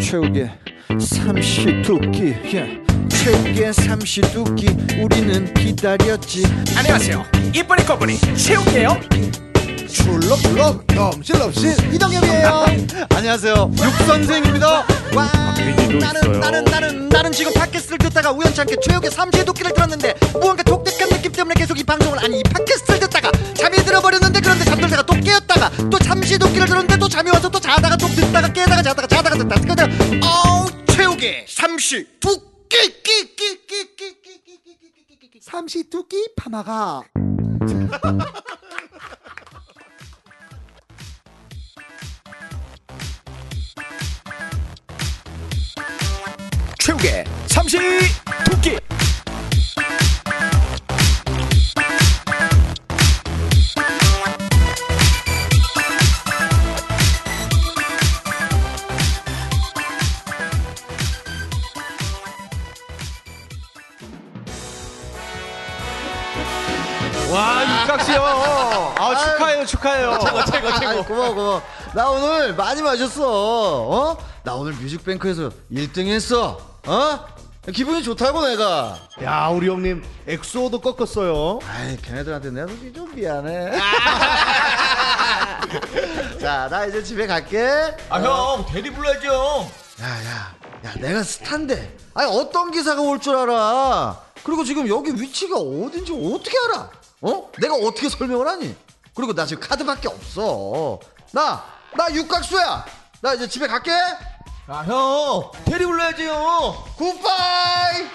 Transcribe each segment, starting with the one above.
최욱의 삼시두끼 예. 최욱의 삼시두끼 우리는 기다렸지 안녕하세요. 이쁜이 꺼분이 최욱이에요. 출렁출렁 넘실넘실 이동엽이에요 안녕하세요 육선생입니다 와 나는 나는 나는 나는 지금 팟캐스트를 듣다가 우연찮게 최욱의 삼시두끼를 들었는데 무언가 독특한 느낌 때문에 계속 이 방송을 아니 이 팟캐스트를 듣다가 잠이 들어버렸는데 그런데 잠들다가 또 깨었다가 또 삼시두끼를 들었는데 또 잠이 와서 또 자다가 또 듣다가 깨다가 자다가 자다가 듣다가 그냥 어우 최욱의 삼시두끼 끼끼끼끼끼끼끼끼끼끼끼끼끼끼 삼시두끼 파마가 최욱의 삼시 도끼. 와 육각수요. 아 축하해요 축하해요. 아, 아이, 고마워 고마워 나 오늘 많이 마셨어 어? 나 오늘 뮤직뱅크에서 1등 했어 어? 기분이 좋다고 내가 야 우리 형님 엑소도 꺾었어요. 아이 걔네들한테 내가 솔직히 좀 미안해 자 나 이제 집에 갈게 아형 대리 불러야죠. 야야야 내가 스탄데 아니 어떤 기사가 올 줄 알아 그리고 지금 여기 위치가 어딘지 어떻게 알아 어? 내가 어떻게 설명을 하니 그리고 나 지금 카드밖에 없어 나 나 육각수야 나 이제 집에 갈게 아형 대리 불러야지요. 굿바이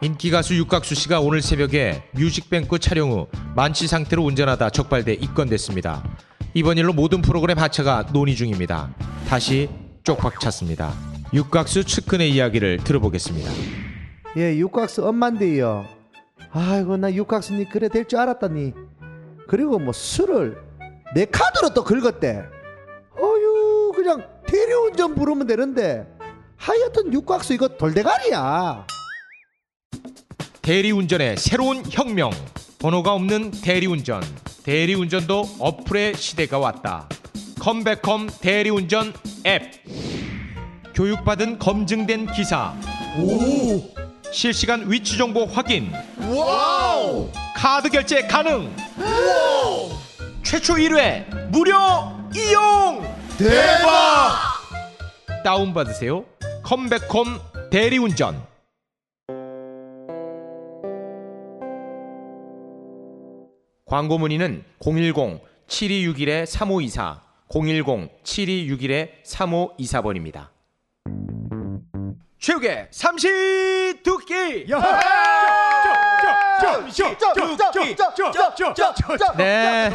인기 가수 육각수 씨가 오늘 새벽에 뮤직뱅크 촬영 후 만취 상태로 운전하다 적발돼 입건됐습니다. 이번 일로 모든 프로그램 하차가 논의 중입니다. 다시 쪽박 찼습니다. 육각수 측근의 이야기를 들어보겠습니다. 예, 육각수 엄만데요. 아이고 나 육각수니 그래 될 줄 알았다니. 그리고 뭐 술을 내 카드로 또 긁었대. 어유 그냥 대리운전 부르면 되는데 하여튼 육각수 이거 돌대가리야. 대리운전의 새로운 혁명. 번호가 없는 대리운전. 대리운전도 어플의 시대가 왔다. 컴백컴 대리운전 앱. 교육받은 검증된 기사. 실시간 위치 정보 확인. 카드 결제 가능. 최초 1회 무료 이용. 대박! 다운 받으세요. 컴백컴 대리운전. 광고 문의는 010-7261-3524, 010-7261-3524번입니다. 최욱의 삼시 도끼. 네,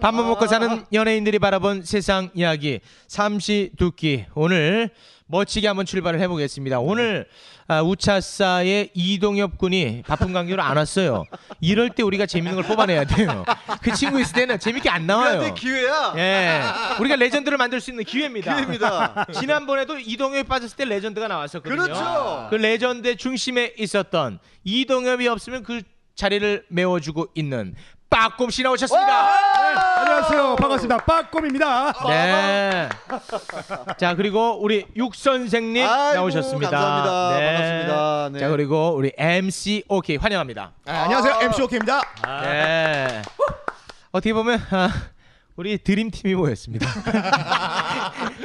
밥만 먹고 사는 연예인들이 바라본 세상 이야기 삼시 두끼 오늘 멋지게 한번 출발을 해보겠습니다. 오늘 아, 우차사의 이동엽 군이 바쁜 관계로 안 왔어요. 이럴 때 우리가 재밌는 걸 뽑아내야 돼요. 그 친구 있을 때는 재밌게 안 나와요. 기회야 예, 우리가 레전드를 만들 수 있는 기회입니다. 기회입니다. 지난번에도 이동엽이 빠졌을 때 레전드가 나왔었거든요. 그렇죠. 그 레전드의 중심에 있었던 이동엽이 없으면 그 자리를 메워주고 있는 빠꼼씨 나오셨습니다. 네, 안녕하세요. 반갑습니다. 빠꼼입니다. 네. 자 그리고 우리 육 선생님 아이고, 나오셨습니다. 감사합니다. 반갑습니다. 네. 자 그리고 우리 MC 오케이 환영합니다. 안녕하세요 MC 오케입니다. 네. 어떻게 보면 아, 우리 드림팀이 모였습니다.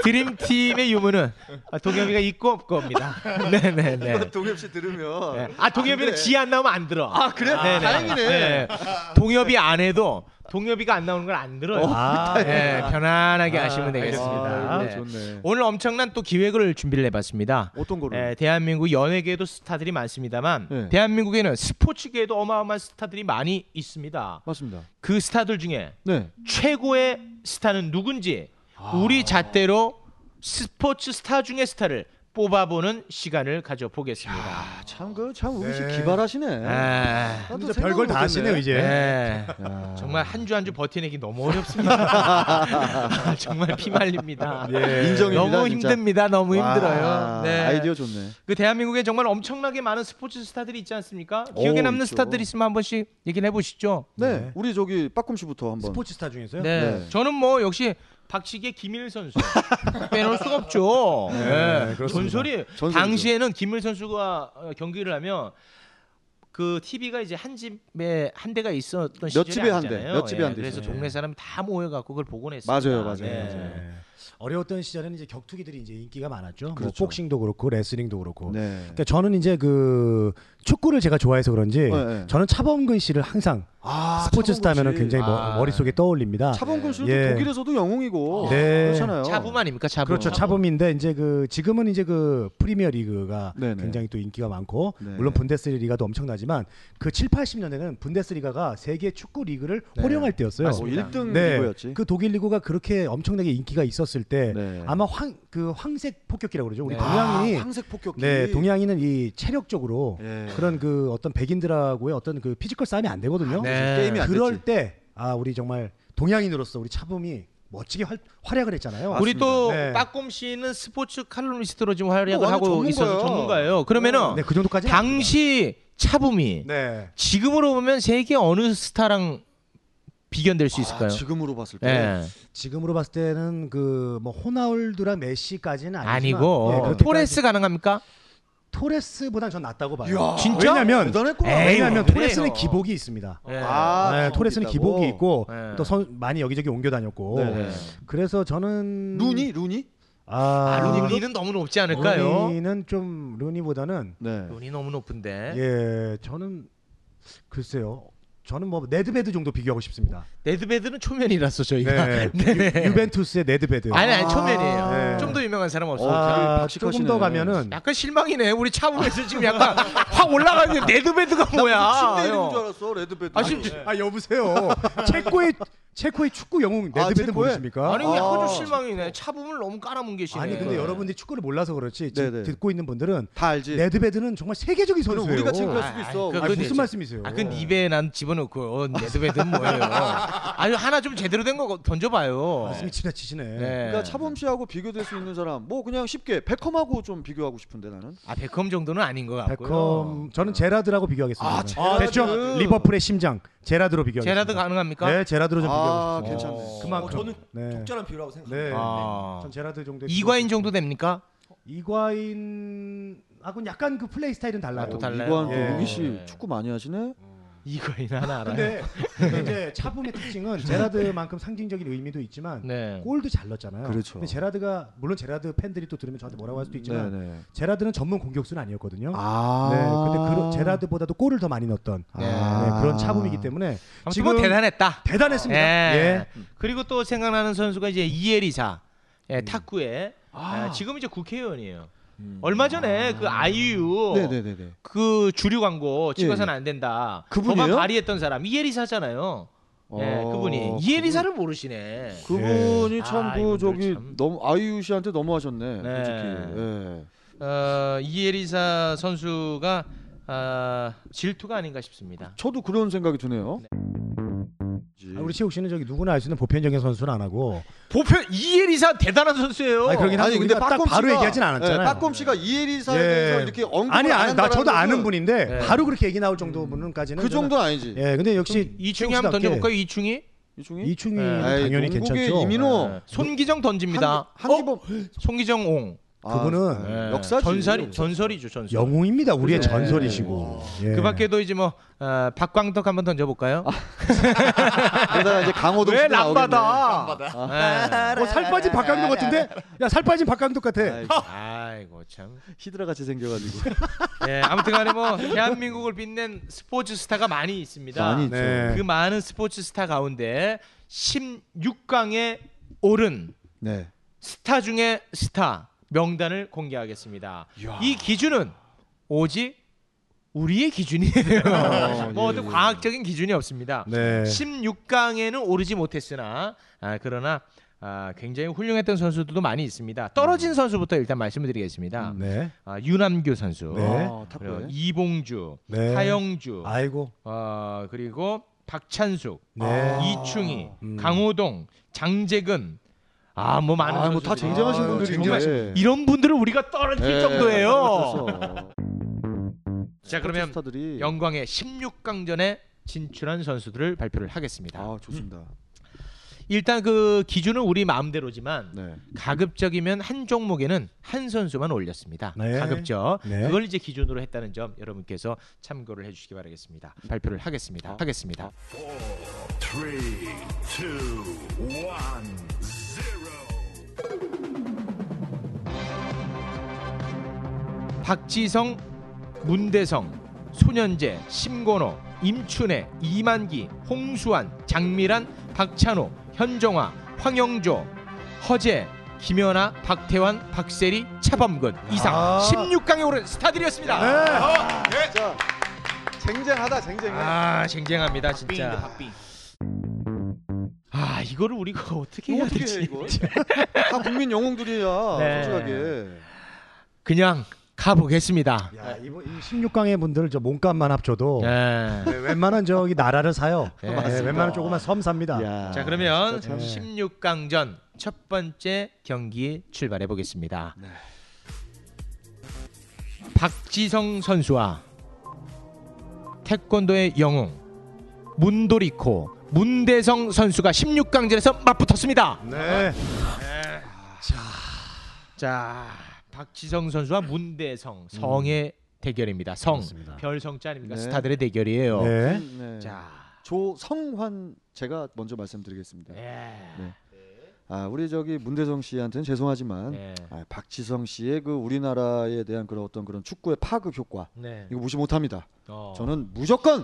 드림팀의 유무는 아, 동엽이가 있고 없고입니다. 네네네. 동엽 씨 들으면 네. 아 동엽이는 지 안 나오면 안 들어. 아 그래? 다행이네. 동엽이 안 해도 동엽이가 안 나오는 걸 안 들어요. 네, 편안하게 아, 하시면 되겠습니다. 네. 오늘 엄청난 또 기획을 준비를 해봤습니다. 어떤 거를? 예, 대한민국 연예계에도 스타들이 많습니다만 예. 대한민국에는 스포츠계에도 어마어마한 스타들이 많이 있습니다. 맞습니다. 그 스타들 중에 네. 최고의 아. 스타는 누군지 우리 잣대로 스포츠 스타 중의 스타를 뽑아보는 시간을 가져보겠습니다. 아, 참그참 참 우리 씨 네. 기발하시네. 아, 나도 진짜 생각 별걸 다 못했네. 하시네요 이제. 예. 정말 한 주 한 주 버텨내기 너무 어렵습니다. 정말 피말립니다. 예. 인정입니다. 너무 진짜. 힘듭니다. 너무 와, 힘들어요. 네. 아이디어 좋네. 그 대한민국에 정말 엄청나게 많은 스포츠 스타들이 있지 않습니까? 기억에 오, 남는 있죠. 스타들 있으면 한 번씩 얘기를 해보시죠. 네. 우리 저기 빠꿈 씨부터 한번. 스포츠 스타 중에서요? 네. 네. 저는 뭐 역시 박치기의 김일 선수 빼놓을 수가 없죠. 네, 전설이 전설이죠. 당시에는 김일 선수가 어, 경기를 하면 그 TV가 이제 한 집에 한 대가 있었던 시절이 집에 한 대, 아니잖아요. 몇 집에 예, 한 대 그래서 있었죠. 동네 사람 다 모여갖고 그걸 보곤 했습니다. 맞아요, 맞아요, 네. 맞아요. 어려웠던 시절에는 이제 격투기들이 이제 인기가 많았죠. 그렇죠. 뭐 복싱도 그렇고 레슬링도 그렇고. 네. 그러니까 저는 이제 그 축구를 제가 좋아해서 그런지 네, 네. 저는 차범근 씨를 항상 그러니까 아, 차범근 스포츠 스타면은 씨. 굉장히 머- 아. 머릿속에 떠올립니다. 차범근 씨는 예. 독일에서도 영웅이고 네. 그렇잖아요. 차붐 아닙니까? 차붐. 그렇죠. 차범인데 이제 그 지금은 이제 그 프리미어 리그가 네, 네. 굉장히 또 인기가 많고 네. 물론 분데스리가도 엄청나지만 그 7, 80년대는 분데스리가가 세계 축구 리그를 호령할 때였어요. 뭐 1등 네. 리그였지. 그 독일 리그가 그렇게 엄청나게 인기가 있었을 때 네. 아마 황 그 황색 폭격기라고 그러죠. 우리 네. 동양인이 아, 황색 폭격기. 네, 동양인은 이 체력적으로 예. 그런 그 어떤 백인들하고의 어떤 그 피지컬 싸움이 안 되거든요. 네. 게임이 아, 안 그럴 됐지. 때 아, 우리 정말 동양인으로서 우리 차붐이 멋지게 활, 활약을 했잖아요. 우리 또 네. 빠꼼 씨는 스포츠 칼럼니스트로 지금 활약을 완전 하고 있어서 전문가예요. 어, 전문가예요. 그러면은 네, 그 정도까지 당시 차붐이 네. 지금으로 보면 세계 어느 스타랑 비견될 수 아, 있을까요? 지금으로 봤을 때. 네. 예. 지금으로 봤을 때는 그 뭐 호나울두랑 메시까지는 아니지만 예, 아니고 그렇게까지- 토레스 가능합니까? 토레스보단 전 낫다고 봐요. 이야, 진짜? 왜냐면 대단했구나. 에이, 왜냐면 그래요. 토레스는 기복이 있습니다. 예. 아, 네, 기복이 토레스는 있다고? 기복이 있고 네. 또 선- 많이 여기저기 옮겨 다녔고 예. 네. 그래서 저는 루니 루니? 아, 아, 루니는 너무 높지 않을까요? 루니는 좀 루니보다는 네. 루니 너무 높은데 예 저는 글쎄요 저는 뭐 네드베드 정도 비교하고 싶습니다. 네드베드는 초면이라서 저희가 네, 네네. 유, 유벤투스의 네드베드. 아니 아니 초면이에요. 네. 그- 좀 더 유명한 사람 없어요. 그 아, 박식하시네. 조금 더 가면은 약간 실망이네. 우리 차붐에서 지금 약간 확 올라가는데 네드베드가 뭐야? 침대 이름인 형. 아, 줄 알았어. 레드벨벳. 아, 지금 아 여보세요 체코의 체코의 축구 영웅 아, 네드베드 체코의? 모르십니까? 아니 약간 아. 좀 실망이네. 차붐을 너무 깔아뭉개시네. 아니 근데 여러분들이 축구를 몰라서 그렇지 지금 네네. 듣고 있는 분들은 다 알지. 네드베드는 정말 세계적인 그럼 선수예요. 우리가 칭찬할 수도 아, 있어. 그- 아니, 그건 무슨 이제- 말씀이세요? 아, 그건 입에 난 집어넣고 어, 네드베드는 뭐예요? 아니 하나 좀 제대로 된 거 던져봐요. 말씀이 지나치시네. 네. 그러니까 차범 씨하고 비교될 수 있는 사람 뭐 그냥 쉽게 베컴하고 좀 비교하고 싶은데 나는. 아 베컴 정도는 아닌 것 같고요. 베컴 저는 제라드라고 비교하겠습니다. 아, 저는. 됐죠? 제라드. 리버풀의 심장 제라드로 비교하겠습니다. 제라드 가능합니까? 네, 제라드로 좀 아, 비교하겠습니다. 괜찮네. 어. 그만큼 저는 네. 적절한 비유라고 생각합니다. 네. 아. 전 제라드 정도 이과인 정도 됩니까? 이과인 하고는 약간 그 플레이 스타일은 달라요. 아, 또 달라요? 이거한 또 예. 용기 네. 씨 축구 많이 하시네. 이과인 하나 알아요. 근데 이제 차붐의 특징은 제라드만큼 상징적인 의미도 있지만 네. 골도 잘 넣었잖아요. 그렇죠. 근데 제라드가 물론 제라드 팬들이 또 들으면 저한테 뭐라고 할 수도 있지만 네네. 제라드는 전문 공격수는 아니었거든요. 아. 네, 근데 그 제라드보다도 골을 더 많이 넣었던 네. 네, 그런 차붐이기 때문에 지금 뭐 대단했다. 대단했습니다. 예. 예. 그리고 또 생각나는 선수가 이제 이에리사 예, 탁구에 예, 지금 이제 국회의원이에요. 얼마 전에 그 아이유 네네네네. 그 주류 광고 찍어서는 예, 안 된다. 그분이에요? 법안 발의했던 사람 이에리사잖아요. 예, 어, 그분이 이에리사를 모르시네. 그분이 예. 참 아, 그 이분들 저기 참. 너무 아이유 씨한테 너무하셨네. 네. 솔직히. 예. 어, 이에리사 선수가 아, 질투가 아닌가 싶습니다. 저도 그런 생각이 드네요. 예. 아, 우리 시옥 씨는 저기 누구나 알 수 있는 보편적인 선수는 안 하고 보편 이에리사 대단한 선수예요. 아니, 그러긴 아니 근데 우리가 딱 빠꼼 바로 씨가- 얘기하진 않았잖아요. 예, 빠꼼 씨가 이혜리사에 예. 대해서 이렇게 언급 아니 아니 나 저도 아는 분인데 네. 바로 그렇게 얘기 나올 정도 분까지는 그 정도는 아니지. 예 근데 역시 이충이 한번 시옥 씨답게 던져볼까요? 이충이 이중이 이충이 네. 에이, 동국의 당연히 괜찮죠. 어? 이민호 네. 손기정 던집니다. 어? 한, 기범 손기정 옹. 그분은 네. 아, 역사지. 전설이 전설이죠 전설. 영웅입니다. 우리의 그래. 전설이시고. 예. 그밖에도 이제 뭐 어, 박광덕 한번 던져볼까요? 그러다가 이제 강호동 왜 씨도 나오겠네. 남바다? 뭐 어, 살 빠진 박강도 같은데? 야, 살 빠진 박강도 같아. 네. 아이, 아이고 참. 히드라 같이 생겨가지고 예, 아무튼간에 뭐 대한민국을 빛낸 스포츠 스타가 많이 있습니다. 많이 있죠. 네. 그 많은 스포츠 스타 가운데 16강에 오른 네. 스타 중에 스타 명단을 공개하겠습니다. 이 기준은 오직 우리의 아, 기준이에요. 뭐 어떤 그 과학적인 기준이 없습니다. 예, 네. 16강에는 오르지 못했으나 아, 그러나 아, 굉장히 훌륭했던 선수들도 많이 있습니다. 떨어진 선수부터 일단 말씀을 드리겠습니다. 네. 아, 유남규 선수, 네. 어, 그리고 탑골. 이봉주, 네. 하영주, 아이고. 어, 그리고 박찬숙, 아. 네. 이충희, 음. 강호동, 장재근, 아 뭐 많은 아, 뭐다 선수들이- 쟁쟁하신 아, 분들이 네. 예. 정말 정말 이런 분들을 우리가 떨어질 정도예요. 네. 자 그러면 그렇죠. 스타들이 영광의 16강전에 진출한 선수들을 발표를 하겠습니다. 아 좋습니다. 일단 그 기준은 우리 마음대로지만 네. 가급적이면 한 종목에는 한 선수만 올렸습니다. 네. 가급적 네. 그걸 이제 기준으로 했다는 점 여러분께서 참고를 해주시기 바라겠습니다. 발표를 아. 하겠습니다. 하겠습니다. 박지성, 문대성, 손현재, 심건호, 임춘애, 이만기, 홍수환, 장미란, 박찬호, 현정화, 황영조, 허재, 김연아, 박태환, 박세리, 차범근 이상 아. 16강에 오른 스타들이었습니다. 네. 어, 네. 쟁쟁하다 쟁쟁해. 아 쟁쟁합니다 진짜. 아 이거를 우리가 어떻게 해야 뭐 어떻게 해, 되지? 이걸? 다 국민 영웅들이야 네. 솔직하게. 그냥 가보겠습니다. 야, 이번 이 16강의 분들 저 몸값만 어. 합쳐도 예. 네, 웬만한 저기 나라를 사요. 예. 네, 맞습니다. 웬만한 조그만 섬 삽니다. 야. 자 그러면 아, 진짜 참- 16강전 첫 번째 경기 출발해 보겠습니다. 박지성 선수와 태권도의 영웅 문도리코 문대성 선수가 16강전에서 맞붙었습니다. 네. 자 박지성 선수와 문대성 성의 대결입니다. 성 맞습니다. 별성자 아닙니까 네. 스타들의 대결이에요. 네. 네. 자 조성환 제가 먼저 말씀드리겠습니다. 예. 아 우리 저기 문대성 씨한테는 죄송하지만 네. 아, 박지성 씨의 그 우리나라에 대한 그런 어떤 그런 축구의 파급 효과 네. 이거 무시 못합니다. 어, 저는 무조건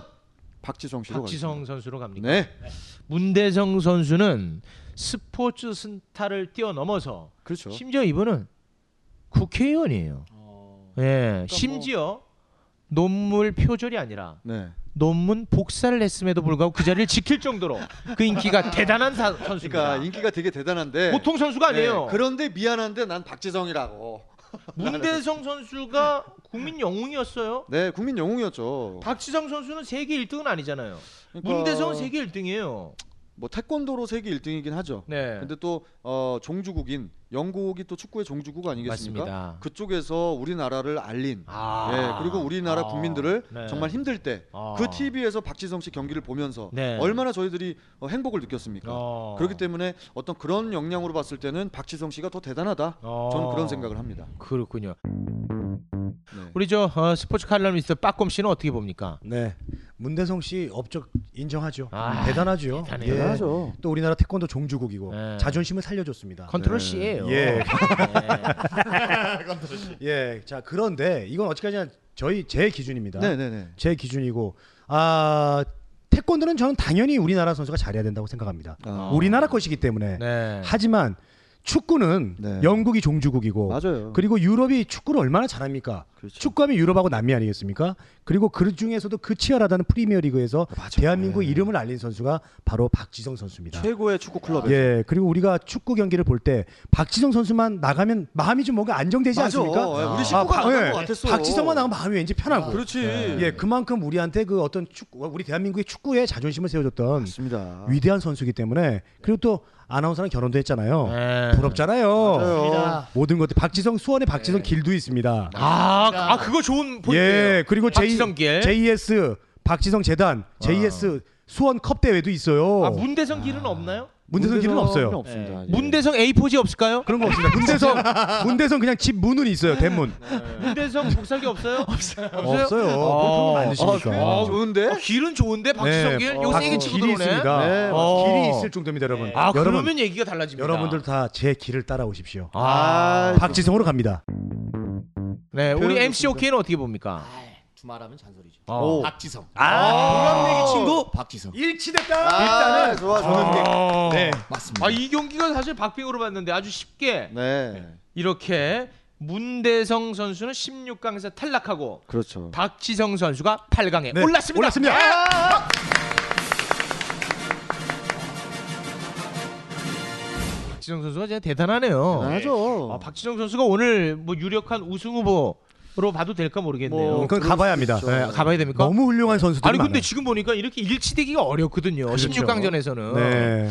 박지성 씨로 박지성 선수로 갑니까? 가겠습니다. 네, 문대성 선수는 스포츠 스타를 뛰어넘어서 그렇죠. 심지어 이분은 국회의원이에요. 어, 예, 그러니까 뭐 심지어 논문 표절이 아니라 네. 논문 복사를 했음에도 불구하고 그 자리를 지킬 정도로 그 인기가 대단한 사- 선수입니다. 그러니까 인기가 되게 대단한데 보통 선수가 아니에요. 네, 그런데 미안한데 난 박지성이라고. 문대성 선수가 국민 영웅이었어요. 네, 국민 영웅이었죠. 박지성 선수는 세계 1등은 아니잖아요. 그러니까 문대성은 세계 1등이에요. 뭐 태권도로 세계 1등이긴 하죠. 네. 근데 또 어, 종주국인 영국이 또 축구의 종주국 아니겠습니까? 맞습니다. 그쪽에서 우리나라를 알린 아. 예, 그리고 우리나라 아. 국민들을 네. 정말 힘들 때 그 아. TV에서 박지성 씨 경기를 보면서 네. 얼마나 저희들이 어, 행복을 느꼈습니까? 어. 그렇기 때문에 어떤 그런 역량으로 봤을 때는 박지성 씨가 더 대단하다. 어. 저는 그런 생각을 합니다. 그렇군요. 네. 우리 저 어, 스포츠 칼럼니스트 빠꼼 씨는 어떻게 봅니까? 네. 문대성 씨 업적 인정하죠. 아, 대단하죠. 예. 대단해요. 대단하죠. 또 우리나라 태권도 종주국이고 네. 자존심을 살려줬습니다. 컨트롤 네. C예요. 예. 네. 예. 자, 그런데 이건 어찌까지나 저희 제 기준입니다. 네, 네, 네. 제 기준이고 아 태권도는 저는 당연히 우리나라 선수가 잘해야 된다고 생각합니다. 아. 우리나라 것이기 때문에. 네. 하지만 축구는 네. 영국이 종주국이고 맞아요. 그리고 유럽이 축구를 얼마나 잘합니까? 그렇죠. 축구하면 유럽하고 남미 아니겠습니까? 그리고 그 중에서도 그 치열하다는 프리미어리그에서 대한민국 이름을 알린 선수가 바로 박지성 선수입니다. 네. 최고의 축구 클럽에 예, 그리고 우리가 축구 경기를 볼 때 박지성 선수만 나가면 마음이 좀 뭔가 안정되지 맞아. 않습니까? 예, 우리 식구가 바- 나간 예, 것 같았어. 박지성만 나가면 마음이 왠지 편하고. 그렇지. 예, 그만큼 우리한테 그 어떤 축구, 우리 대한민국의 축구에 자존심을 세워줬던 맞습니다. 위대한 선수이기 때문에 그리고 또 아나운서랑 결혼도 했잖아요. 네. 부럽잖아요. 맞아요. 네. 모든 것들 박지성 수원에 박지성 길도 있습니다. 아, 아 그거 좋은 포인트예요. 예, 그리고 J, 박지성 길. JS 박지성 재단 JS 아. 수원 컵 대회도 있어요. 아 문대성 길은 없나요? 문대성 길은 없어요. 없습니다. 예. 문대성 A4지 없을까요? 그런 거 없습니다. 문대성 문대성 그냥 집 문은 있어요. 대문 문대성 복사기 없어요? 없어요. 없어요. 어. 그런 거안 드시니까. 아, 좋은데? 어, 길은 좋은데 박지성 길 요거 네. 세게 치고 길이 들어오네. 있습니다. 아, 네, 어. 길이 있을 정도입니다, 여러분. 아 여러분 그러면 얘기가 달라집니다. 여러분들 다 제 길을 따라오십시오. 아, 박지성으로 갑니다. 네 우리 표현 MC 오케이는 어떻게 봅니까? 두말하면 잔소리죠. 오. 박지성. 아, 친구 박지성. 일치됐다. 일단은 좋아 좋아. 네. 맞습니다. 아 이 경기가 사실 박빙으로 봤는데 아주 쉽게 네. 이렇게 문대성 선수는 16강에서 탈락하고 그렇죠. 박지성 선수가 8강에 네, 올랐습니다. 아! 올랐습니다. 박지성 박지성 선수가 진짜 대단하네요. 하죠. 아, 박지성 선수가 오늘 뭐 유력한 우승 후보로 봐도 될까 모르겠네요. 음, 뭐 그건 가봐야 합니다. 네. 가봐야 됩니까? 너무 훌륭한 선수들 그러니까? 아니 근데 지금 보니까 이렇게 일치되기가 어렵거든요. 16강전에서는 네.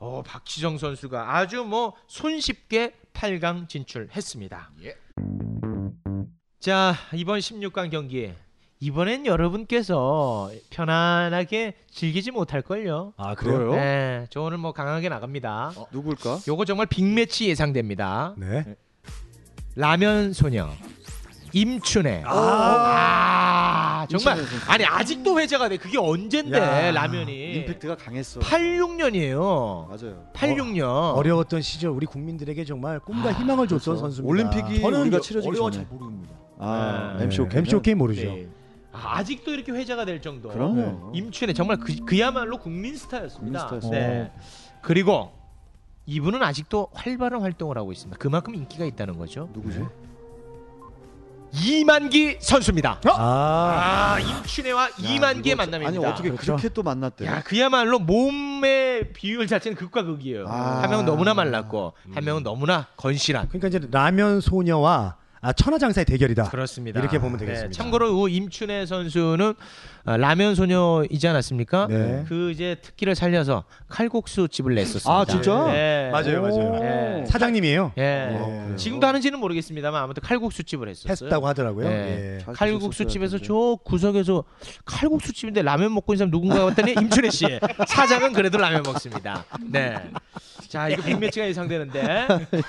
어, 박지성 선수가 아주 뭐 손쉽게 8강 진출했습니다. 예. 자 이번 16강 경기 이번엔 여러분께서 편안하게 즐기지 못할 걸요. 아 그래요? 어. 네, 저 오늘 뭐 강하게 나갑니다. 누굴까? 요거 정말 빅매치 예상됩니다. 네. 라면 소녀 임춘애. 아, 정말 아니 아직도 회자가 돼. 그게 언젠데 야, 라면이 임팩트가 강했어. 86년이에요. 맞아요. 86년. 어려웠던 시절 우리 국민들에게 정말 꿈과 희망을 줬던 선수입니다. 올림픽이 우리가 치러지기 어려워 잘 전에. 모릅니다. 아, 네. MC 오케이. MC 오케이 모르죠. 네. 아, 직도 이렇게 회자가 될 정도. 그럼요. 임춘애 정말 그, 그야말로 국민 스타였습니다. 국민 스타였어요. 네. 그리고 이분은 아직도 활발한 활동을 하고 있습니다. 그만큼 인기가 있다는 거죠. 누구죠? 이만기 선수입니다. 아, 아, 임춘애와 이만기의 만남입니다. 아니 어떻게 그렇죠. 그렇게 또 만났대? 야 그야말로 몸의 비율 자체는 극과 극이에요. 아. 음. 한 명은 너무나 말랐고 한 명은 너무나 건실한. 그러니까 이제 라면 소녀와 아, 천하장사의 대결이다. 그렇습니다. 네, 이렇게 보면 되겠습니다. 참고로 우 임춘애 선수는 아, 라면 소녀이지 않았습니까? 네. 그 이제 특기를 살려서 칼국수 집을 냈었습니다. 아, 진짜? 네. 맞아요, 맞아요. 네. 예. 사장님이에요. 예. 어, 그래요? 지금도 하는지는 모르겠습니다만 아무튼 칼국수 집을 했었어요. 했다고 하더라고요. 네. 예. 잘 칼국수 드셨어야 집에서 되는데. 저 구석에서 칼국수 집인데 라면 먹고 있는 사람 누군가 왔더니 임춘혜 씨 사장은 그래도 라면 먹습니다. 네. 자 이거 빅매치가 예상되는데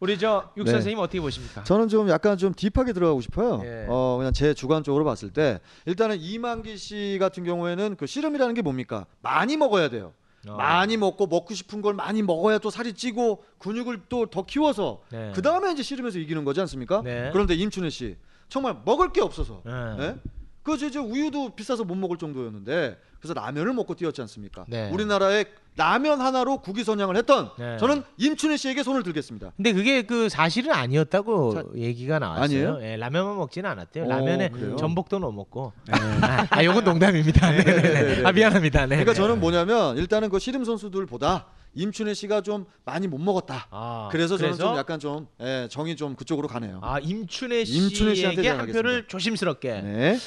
우리 저 육 네. 선생님 어떻게 보십니까? 저는 좀 약간 좀 딥하게 들어가고 싶어요. 그러니까. 예. 어 그냥 제 주관적으로 봤을 때 일단은 이만기 씨 같은 경우에는 그 씨름이라는 게 뭡니까? 많이 먹어야 돼요. 어. 많이 먹고 먹고 싶은 걸 많이 먹어야 또 살이 찌고 근육을 또 더 키워서 네. 그 다음에 이제 씨름에서 이기는 거지 않습니까? 네. 그런데 임춘혜 씨 정말 먹을 게 없어서 네. 예? 그 이제 우유도 비싸서 못 먹을 정도였는데 그래서 라면을 먹고 뛰었지 않습니까? 네. 우리나라의 라면 하나로 국위 선양을 했던 네. 저는 임춘혜 씨에게 손을 들겠습니다. 근데 그게 그 사실은 아니었다고 자- 얘기가 나왔어요. 아니에요? 예, 라면만 먹지는 않았대요. 어, 라면에 그래요? 네. 전복도 넣어 먹고. 아, 아, 요건 농담입니다. 네, 네, 네. 아, 미안합니다. 네. 그러니까 네. 저는 뭐냐면 일단은 그 씨름 선수들보다 임춘혜 씨가 좀 많이 못 먹었다. 아, 그래서, 저는 그래서? 좀 약간 좀 예, 정이 좀 그쪽으로 가네요. 아 임춘혜 임춘혜 씨한테 씨에게 한 전하겠습니다. 표를 조심스럽게. 네.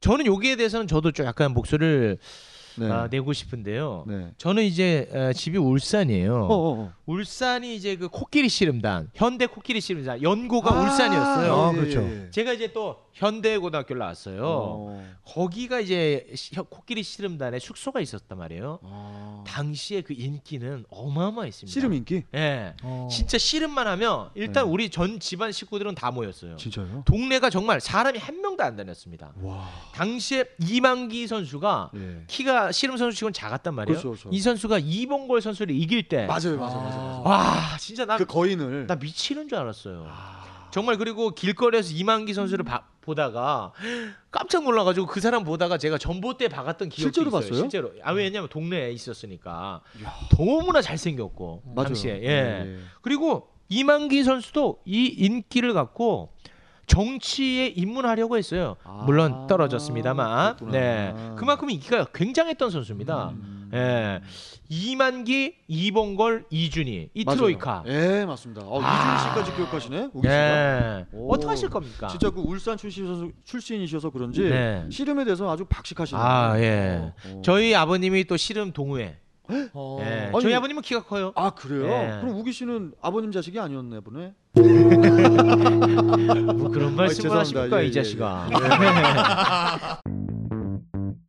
저는 여기에 대해서는 저도 좀 약간 목소리를 네. 아, 내고 싶은데요. 네. 저는 이제 어, 집이 울산이에요. 어, 어, 어. 울산이 이제 그 코끼리 씨름단, 현대 코끼리 씨름단 연고가 아, 울산이었어요. 아, 예, 예, 그렇죠. 예. 제가 이제 또 현대고등학교를 나왔어요. 어. 거기가 이제 시- 혀- 코끼리 씨름단의 숙소가 있었단 말이에요. 아. 당시에 그 인기는 어마어마했습니다. 어. 씨름 인기? 예. 어. 진짜 씨름만 하면 일단 우리 전 집안 식구들은 다 모였어요. 네. 진짜요? 동네가 정말 사람이 한 명도 안 다녔습니다. 어. 당시에 이만기 선수가 예. 키가 씨름 선수 치고는 작았단 말이에요. 그렇죠, 그렇죠. 이 선수가 이봉골 선수를 이길 때, 예. 맞아요, 맞아요, 맞아요. 맞아요. 와 진짜 나, 그 거인을 나 미치는 줄 알았어요. 아. 정말 그리고 길거리에서 이만기 선수를 봐- 보다가 깜짝 놀라가지고 그 사람 보다가 제가 전봇대 박았던 기억이 실제로 있어요. 봤어요? 음. 실제로. 아 왜냐면 동네에 있었으니까 너무나 잘생겼고 맞아요. 당시에. 예. 예, 예. 그리고 이만기 선수도 이 인기를 갖고 정치에 입문하려고 했어요. 아, 물론 떨어졌습니다만, 그렇구나. 음. 네, 그만큼 인기가 굉장했던 선수입니다. 예, 이만기, 이봉걸, 이준희, 이 맞아요. 트로이카. 아. 예, 맞습니다. 어, 이준 씨까지 기억하시네. 우기 씨가. 예, 오. 어떻게 하실 겁니까? 진짜 그 울산 출신이셔서, 출신이셔서 그런지 네. 씨름에 대해서 아주 박식하시네요. 아 예, 어. 저희 아버님이 또 씨름 동호회. 예, 저희 아니, 아버님은 키가 커요. 아 그래요? 네. 그럼 우기 씨는 아버님 자식이 아니었나 보네. 뭐 그런 말씀을 아, 죄송합니다. 하십니까 예, 이 예, 자식아.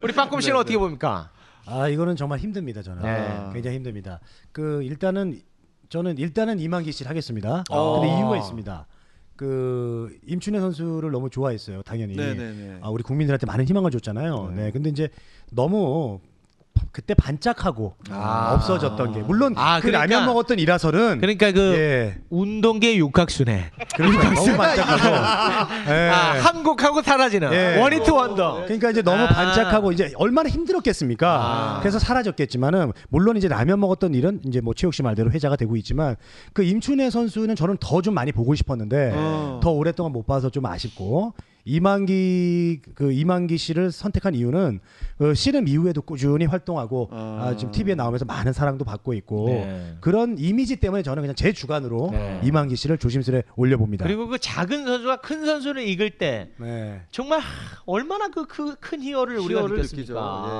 우리 빠꼼 네, 씨는 어떻게 봅니까? 아 이거는 정말 힘듭니다 저는 네. 굉장히 힘듭니다 그 일단은 저는 일단은 이만기 씨를 하겠습니다 아. 근데 이유가 있습니다 그 임춘혜 선수를 너무 좋아했어요 당연히 네네네. 아, 우리 국민들한테 많은 희망을 줬잖아요 네, 근데 이제 너무 그때 반짝하고 아. 없어졌던 게 물론 아, 그 그러니까- 라면 먹었던 음. 일화설은 그러니까 그 예 운동계 육각순회. 그러니까 너무 반짝하고 예. 아, 한국하고 사라지는 예. 원히트 원더. 그러니까 이제 너무 아. 반짝하고 이제 얼마나 힘들었겠습니까. 아. 그래서 사라졌겠지만은 물론 이제 라면 먹었던 일은 이제 뭐 최욱 씨 말대로 회자가 되고 있지만 그 임춘혜 선수는 저는 더 좀 많이 보고 싶었는데 어. 더 오랫동안 못 봐서 좀 아쉽고 이만기 그 이만기 씨를 선택한 이유는 어, 씨름 이후에도 꾸준히 활동하고 어. 아, 지금 TV에 나오면서 많은 사랑도 받고 있고 네. 그런 이미지 때문에 저는 그냥 제 주관으로 네. 이만기 씨를 조심스레 올려봅니다. 그리고 그 작은 선수가 큰 선수를 이길 때 네. 정말 하- 얼마나 그 큰 희열을 우리가 희열을 느끼죠. 느꼈습니까?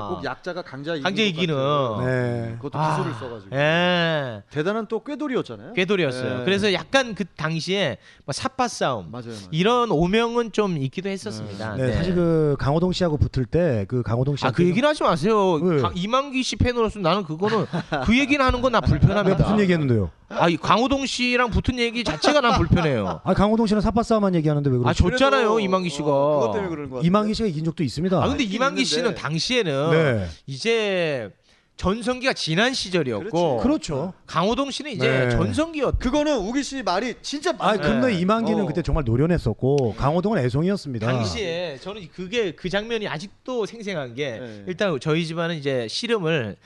예, 꼭 약자가 강자 이기는. 강제 것 이기는. 같은, 네. 그것도 아, 기술을 써가지고. 예. 대단한 또 꾀돌이었잖아요. 궤돌이었어요. 예. 그래서 약간 그 당시에 뭐 사파 싸움 맞아요. 맞아요. 이런 오명은 좀 있기도 했었습니다. 네, 네. 사실 그 강호동 씨하고 붙을 때 그 강호동 씨 아 그 얘기는 하지 마세요. 왜? 가- 이만기 씨 팬으로서 나는 그거는 그 얘기는 하는 건 나 불편합니다. 무슨 얘기했는데요? 아, 이 강호동 씨랑 붙은 얘기 자체가 난 불편해요. 아 강호동 씨는 사파싸움만 얘기하는데 왜 아, 그러죠? 졌잖아요 그래도, 이만기 씨가. 그렇죠. 어, 그것 때문에 그러는 거 같아요. 이만기 씨가 이긴 적도 있습니다. 아, 근데 있긴 이만기 씨는 있는데. 당시에는 네. 이제 전성기가 지난 시절이었고 어. 그렇죠. 강호동 씨는 이제 네. 전성기였. 그거는 우기 씨 말이 진짜 아 맞네. 근데 이만기는 어. 그때 정말 노련했었고 강호동은 애송이었습니다. 당시에 저는 그게 그 장면이 아직도 생생한 게 네. 일단 저희 집안은 이제 씨름을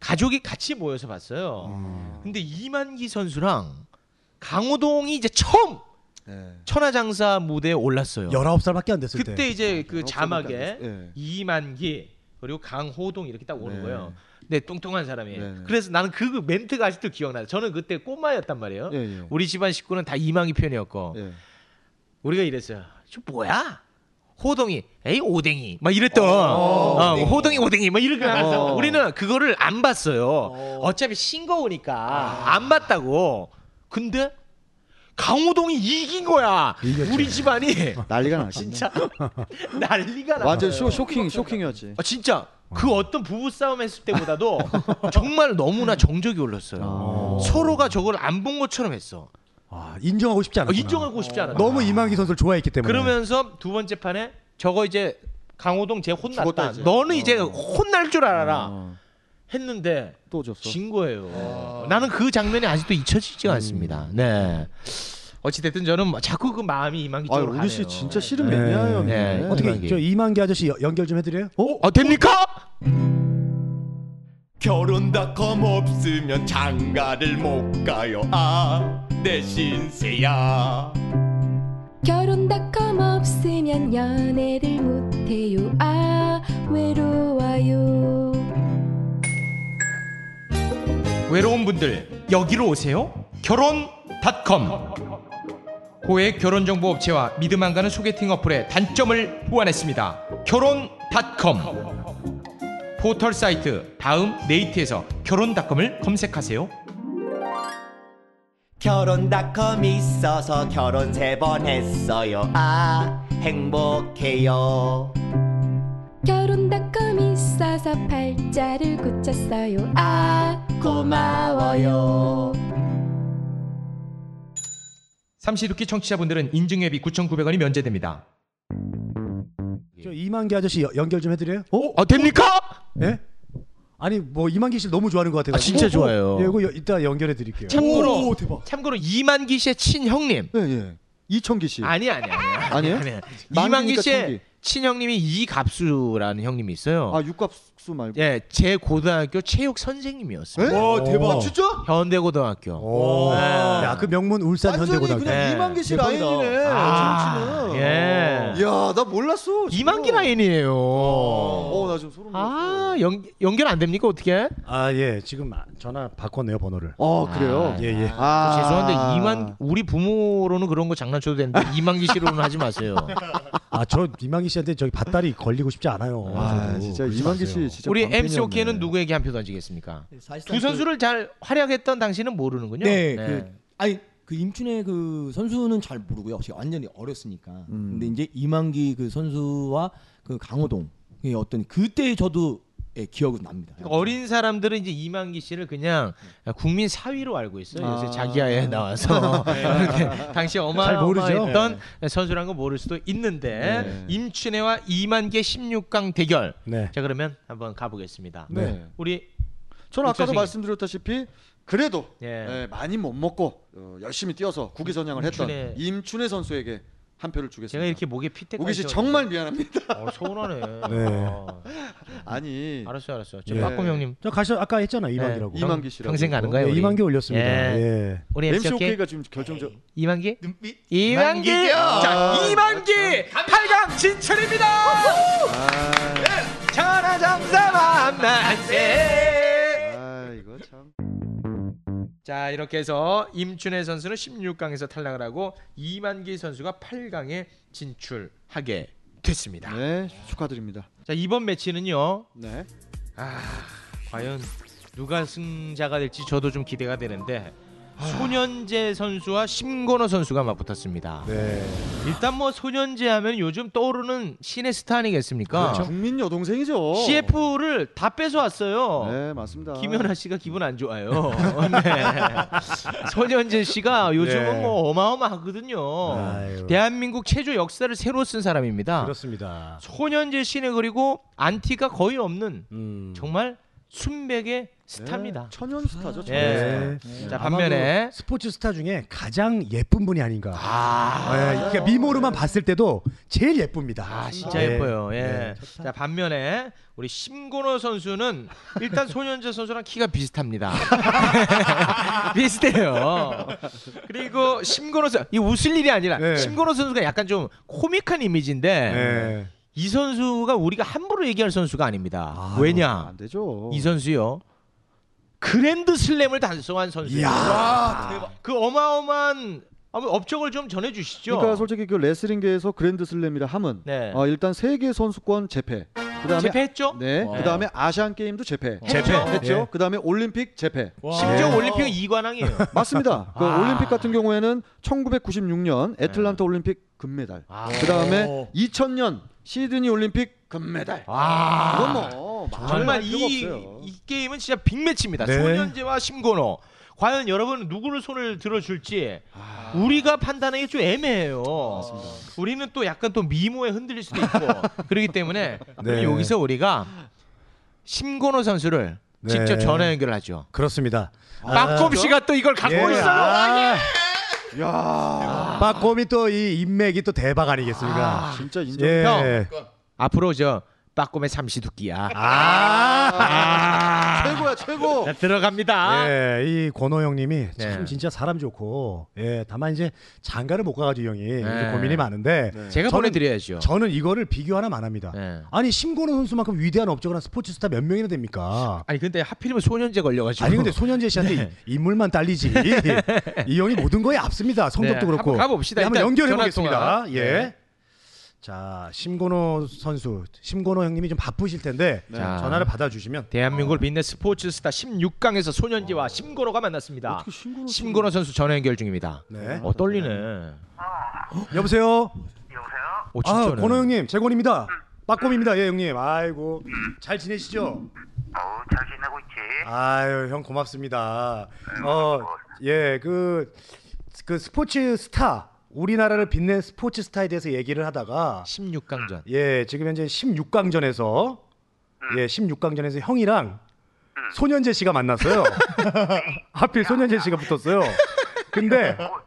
가족이 같이 모여서 봤어요. 음. 근데 이만기 선수랑 강호동이 이제 처음 네. 천하장사 무대에 올랐어요. 19살밖에 안 됐을 때. 그때 이제 네, 그 자막에 예. 이만기 그리고 강호동 이렇게 딱 오는 네. 거예요. 근데 뚱뚱한 사람이. 네. 그래서 나는 그 멘트가 아직도 기억나요. 저는 그때 꼬마였단 말이에요. 예, 예. 우리 집안 식구는 다 이만기 편이었고 네. 예. 우리가 이랬어요. 저 뭐야? 호동이, 에이 오댕이, 막 이랬던 어, 호동이 오댕이 막 이렇게 하면서 어. 우리는 그거를 안 봤어요. 어차피 싱거우니까 안 봤다고. 근데 강호동이 이긴 거야. 우리 집안이 난리가 났 진짜 난리가 나. 완전 쇼, 쇼킹 쇼킹이었지. 아, 진짜 그 어떤 부부 싸움 했을 때보다도 정말 너무나 정적이 올랐어요. 서로가 저걸 안 본 것처럼 했어. 아, 인정하고 싶지 아, 않았구나. 인정하고 싶지 않아. 너무 이만기 선수를 좋아했기 때문에. 그러면서 두 번째 판에 저거 이제 강호동 쟤 혼났다. 죽었다, 이제. 너는 어. 이제 혼날 줄 알아라. 어. 했는데 또 졌어. 음. 진 거예요. 나는 그 장면이 아직도 잊혀지지 가 않습니다. 네. 어찌 됐든 저는 뭐 자꾸 그 마음이 이만기 아 쪽으로 가네요. 우기 씨 진짜 씨름 네. 매니아였네. 네. 어떻게 이만기. 저 이만기 아저씨 여- 연결 좀 해드려요? 어, 됩니까? 결혼닷컴 없으면 장가를 못 가요 아 내 신세야 결혼닷컴 없으면 연애를 못해요 아 외로워요 외로운 분들 여기로 오세요. 결혼닷컴. 고액 결혼 정보 업체와 믿음 안 가는 소개팅 어플의 단점을 보완했습니다. 결혼닷컴. 포털 사이트 다음 네이트에서 결혼닷컴을 검색하세요. 결혼닷컴 있어서 결혼 세 번 했어요 아 행복해요 결혼닷컴 있어서 팔자를 고쳤어요 아 고마워요 삼시두끼 청취자분들은 인증회비 9,900원이 면제됩니다. 예. 저 이만기 아저씨 여- 연결 좀 해드려요? 어? 아 됩니까? 예? 아니 뭐 이만기 씨 너무 좋아하는 것 같아요. 아, 진짜 좋아요. 예, 이거 여- 이따 연결해 드릴게요. 참고로 오, 대박. 참고로 이만기 씨의 친형님. 예, 예. 이천기 씨. 아니 아니 아니. 아니에요? 이만기 만기니까 씨의 천기. 친형님이 이갑수라는 형님이 있어요. 아 육갑수 말고. 예? 예, 제 고등학교 체육 선생님이었어요. 네? 와 대박. 진짜. 현대고등학교. 오. 네. 야그 명문 울산 완전히 현대고등학교. 그냥 네. 이만기 씨 대박이다. 라인이네. 아, 정치는. 예. 이야 나 몰랐어. 진짜. 이만기 라인이에요. 어나 지금 소름 돋았어. 아, 연, 연결 안 됩니까 어떻게? 아 예, 지금 전화 바꿨네요 번호를. 어 그래요. 예 예. 아 죄송한데 이만 우리 부모로는 그런 거 장난쳐도 되는데 이만기 씨로는 하지 마세요. 아 저 이만기 씨한테 저기 밭다리 걸리고 싶지 않아요. 아 저도. 진짜 그러지 이만기 마세요. 씨 진짜. 우리 광팬이었네. 네. MC 오케는 누구에게 한 표 던지겠습니까? 사실상 두 선수를 잘 활약했던 당신은 모르는군요. 네, 그, 아니 그 임춘의 그 선수는 잘 모르고요 제가 완전히 어렸으니까 근데 이제 이만기 그 선수와 그 강호동 의 어떤 그때 저도 예, 기억은 납니다 그러니까 어린 사람들은 이제 이만기 씨를 그냥 국민 사위로 알고 있어요. 요새 자기야에 나와서 이렇게 당시 어마어마했던 선수란 거 모를 수도 있는데 임춘혜와 이만기 16강 대결. 네. 자 그러면 한번 가보겠습니다. 네. 우리 저는 아까도 육사생이. 말씀드렸다시피 그래도 예. 예, 많이 못 먹고 어, 열심히 뛰어서 구기 선양을 했던 임춘혜. 임춘혜 선수에게 한 표를 주겠습니다. 제가 이렇게 목에 피때까지 우기 씨 껴가지고. 정말 미안합니다. 어, 서운하네. 네. 어, 아니 알았어 알았어. 저 예. 박범 형님 저 가시 아까 했잖아 이만기라고. 네. 이만기 씨라고. 평생 가는 거예요. 예, 우리? 이만기 올렸습니다. 예. 예. 우리 MC MC 오케이 오케이가 지금 결정적. 이만기? 이만기! 자, 이만기! 8강 신철입니다. 아, 전화 잠자만 만세. 아 이거 참. 자 이렇게 해서 임춘혜 선수는 16강에서 탈락을 하고 이만기 선수가 8강에 진출하게 됐습니다. 네 축하드립니다. 자 이번 매치는요. 네. 아 과연 누가 승자가 될지 저도 좀 기대가 되는데 소년재 선수와 심건호 선수가 맞붙었습니다. 네. 일단 뭐 소년재 하면 요즘 떠오르는 신의 스타 아니겠습니까? 그렇죠. 국민 여동생이죠. CF를 다 뺏어왔어요. 네 맞습니다. 김연아 씨가 기분 안 좋아요. 네. 손현재 씨가 요즘은 네. 뭐 어마어마하거든요. 아유. 대한민국 체조 역사를 새로 쓴 사람입니다. 그렇습니다. 손현재 씨는 그리고 안티가 거의 없는 음. 네. 정말 순백의 스타입니다. 네, 천연 스타죠. 천연 예. 스타. 자 아마 반면에 그 스포츠 스타 중에 가장 예쁜 분이 아닌가. 아, 예, 그러니까 미모로만 봤을 때도 제일 예쁩니다. 네. 아, 진짜 네. 예뻐요. 예. 자 반면에 우리 심건호 선수는 일단 손현재 선수랑 키가 비슷합니다. 비슷해요. 그리고 심건호 선수 이 웃을 일이 아니라 네. 심건호 선수가 약간 좀 코믹한 이미지인데 네. 예. 이 선수가 우리가 함부로 얘기할 선수가 아닙니다. 왜냐 안 되죠. 이 선수요 그랜드 슬램을 달성한 선수예요. 그 어마어마한 한번 업적을 좀 전해주시죠. 그러니까 솔직히 그 레슬링계에서 그랜드 슬램이라 함은 네. 어, 일단 세계 선수권 재패. 그다음에 제패했죠. 네. 그다음에 아시안 게임도 재패. 재패. 했죠. 예. 그다음에 올림픽 재패. 심지어 네. 올림픽은 이관왕이에요. 맞습니다. 그 아. 네. 올림픽 같은 경우에는 1996년 애틀란타 올림픽 금메달. 아. 그다음에 2000년 시드니 올림픽 금메달. 와. 아. 이건 뭐 아. 정말 말할 필요가 이, 없어요. 이 게임은 진짜 빅매치입니다. 네. 소년제와 심건호. 과연 여러분 누구를 손을 들어줄지 아. 우리가 판단하기 좀 애매해요. 우리는 또 약간 또 미모에 흔들릴 수도 있고 그렇기 때문에 네. 여기서 우리가 심건호 선수를 네. 아, 직접 전화 연결하죠. 그렇습니다. 박곰 씨가 또 이걸 갖고 예. 있어요. 아, 야, 빠꼼이 또 이 인맥이 또 대박 아니겠습니까? 진짜 인정. 예. 형. 앞으로 저 빠꼼의 삼시두끼야. 아. 아. 최고야, 최고. 자, 들어갑니다. 예, 이 권호 형님이 참 네. 진짜 사람 좋고, 예, 다만 이제 장가를 못 가가지고 형이 네. 이제 고민이 많은데, 제가 저는- 보내드려야죠. 저는 이거를 비교 하나 안 합니다. 네. 아니 심고호 선수만큼 위대한 업적을 한 스포츠 스타 몇 명이나 됩니까? 아니 근데 하필이면 소년제 걸려가지고. 아니 근데 소년재 씨한테 네. 이- 인물만 딸리지 이 형이 모든 거에 앞섭니다 성적도 네, 그렇고 한번 가봅시다. 네, 한번 일단 연결해 전화 보겠습니다 통화. 예. 네. 자 심건호 선수 심건호 형님이 좀 바쁘실 텐데 자. 전화를 받아주시면 대한민국을 빛낸 스포츠 스타 16강에서 소년지와 아. 심고로가 만났습니다. 심고로 선수 전화 연결 중입니다. 네. 어 떨리네. 여보세요 오 아 진짜네. 건호 형님 재곤입니다 아. 빠꼼입니다 예 형님 아이고 잘 지내시죠 음. 어우 잘 지내고 음, 있지. 아유 형 고맙습니다. 어, 어예그 그 스포츠 스타 우리나라를 빛낸 스포츠 스타에 대해서 얘기를 하다가 16강전. 예 지금 현재 16강전에서 음. 예 16강전에서 형이랑 소년재 씨가 만났어요. 하필 소년재 씨가 붙었어요. 근데 어.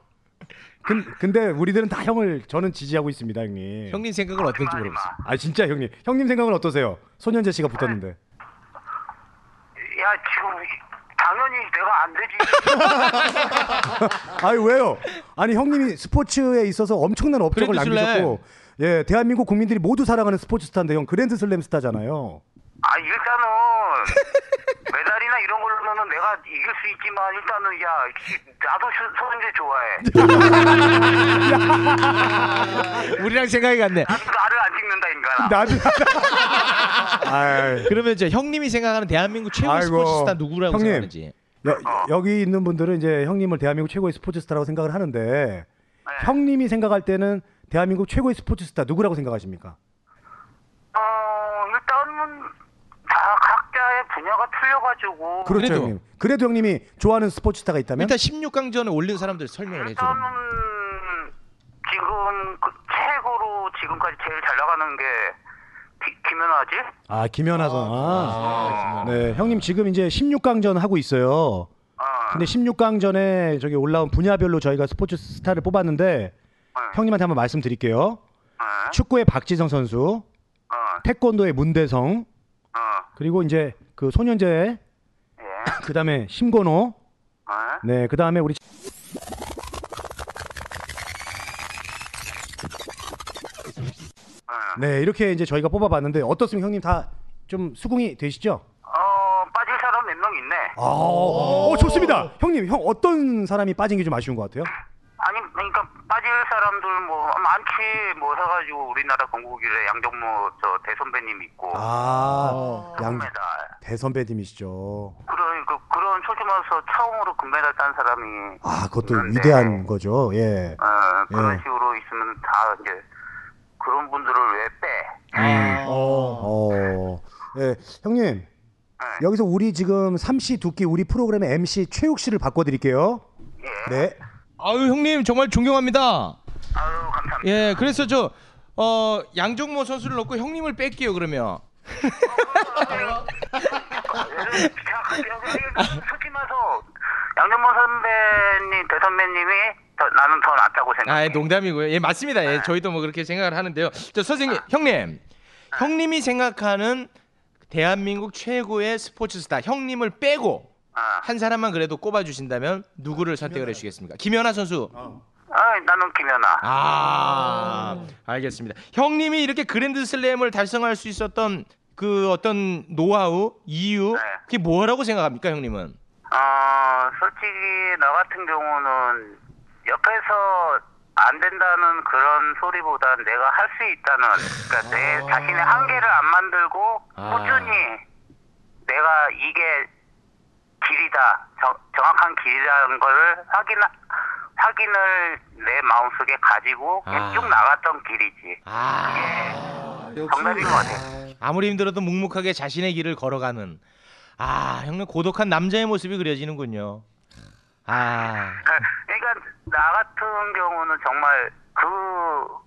근, 근데 우리들은 다 형을 저는 지지하고 있습니다, 형님. 형님 생각은 어떤지 모르겠어요. 아 진짜 형님. 형님 생각은 어떠세요? 소년재 씨가 붙었는데. 야 지금 당연히 내가 안 되지. 아니 왜요? 아니 형님이 스포츠에 있어서 엄청난 업적을 그랜드 슬램. 남기셨고 예 대한민국 국민들이 모두 사랑하는 스포츠 스타인데 형 그랜드 슬램 스타잖아요. 아 일단은 메달이나 이런 걸로는 내가 이길 수 있지만 일단은 야 씨, 나도 소- 손흥민 좋아해. 아, 우리랑 생각이 같네. 나도 나를 안 찍는다 인간아. 나도 아 그러면 이제 형님이 생각하는 대한민국 최고 의 아이고. 스포츠 스타 누구라고 형님. 생각하는지. 여, 기 있는 분들은 이제 형님을 대한민국 최고의 스포츠 스타라고 생각을 하는데 형님이 생각할 때는 대한민국 최고의 스포츠 스타 누구라고 생각하십니까? 어 일단은 다 각자의 분야가 틀려가지고 그렇죠 그래도. 형님. 그래도 형님이 좋아하는 스포츠 스타가 있다면 일단 16강전에 올린 사람들 설명을 해줘. 일단은 지금 그 최고로 지금까지 제일 잘 나가는 게 기- 김연아지. 아 김연아 선. 아, 네 형님 지금 이제 16강전 하고 있어요. 어. 근데 16강전에 저기 올라온 분야별로 저희가 스포츠 스타를 뽑았는데 형님한테 한번 말씀드릴게요. 어. 축구의 박지성 선수, 어. 태권도의 문대성, 네. 어. 그리고 이제 그 소년제, 예. 그다음에 심건호, 어. 네 그다음에 우리 어, 네, 이렇게 이제 저희가 뽑아봤는데 어떻습니까, 형님? 다 좀 수긍이 되시죠? 어, 빠질 사람 몇 명 있네. 아, 어, 좋습니다. 형님, 형 어떤 사람이 빠진 게 좀 아쉬운 것 같아요? 아니 그러니까 빠질 사람들 뭐 많지 뭐 해가지고 우리나라 건국일에 양정모 저 대선배님 있고 아, 양 금메달 대선배님이시죠. 그런 그, 그런 초심에서 처음으로 금메달 딴 사람이 아, 그것도 음, 네. 위대한 거죠. 예. 어, 그런 예. 식으로 있으면 다 이제 그런 분들을 왜 빼? 음. 어. 예, 형님. 여기서 우리 지금 삼시 두끼 우리 프로그램의 MC 최욱 씨를 바꿔드릴게요. 네. 아유 형님 정말 존경합니다. 아유 감사합니다. 예, 그래서 저 어, 양정모 선수를 넣고 형님을 뺄게요 그러면. 양정모 선배님 대선배님이 더- 나는 더 낫다고 생각. 아, 예, 농담이고요. 예, 맞습니다. 예, 저희도 뭐 그렇게 생각을 하는데요. 저 선생님, 형님, 형님이 생각하는 대한민국 최고의 스포츠 스타 형님을 빼고 한 사람만 그래도 꼽아 주신다면 누구를 선택을 해 주시겠습니까? 김연아 선수. 아, 나는 김연아. 아, 알겠습니다. 형님이 이렇게 그랜드슬램을 달성할 수 있었던 그 어떤 노하우, 이유, 그게 뭐라고 생각합니까, 형님은? 어, 솔직히 나 같은 경우는 옆에서 안 된다는 그런 소리보다 내가 할 수 있다는 그러니까 내 자신의 한계를 안 만들고 아. 꾸준히 내가 이게 길이다 정, 정확한 길이라는 거를 확인 확인을 내 마음속에 가지고 아. 쭉 나갔던 길이지 그게 정답인 것 같아. 아무리 힘들어도 묵묵하게 자신의 길을 걸어가는 아 형님 고독한 남자의 모습이 그려지는군요. 아 그러니까 나 같은 경우는 정말 그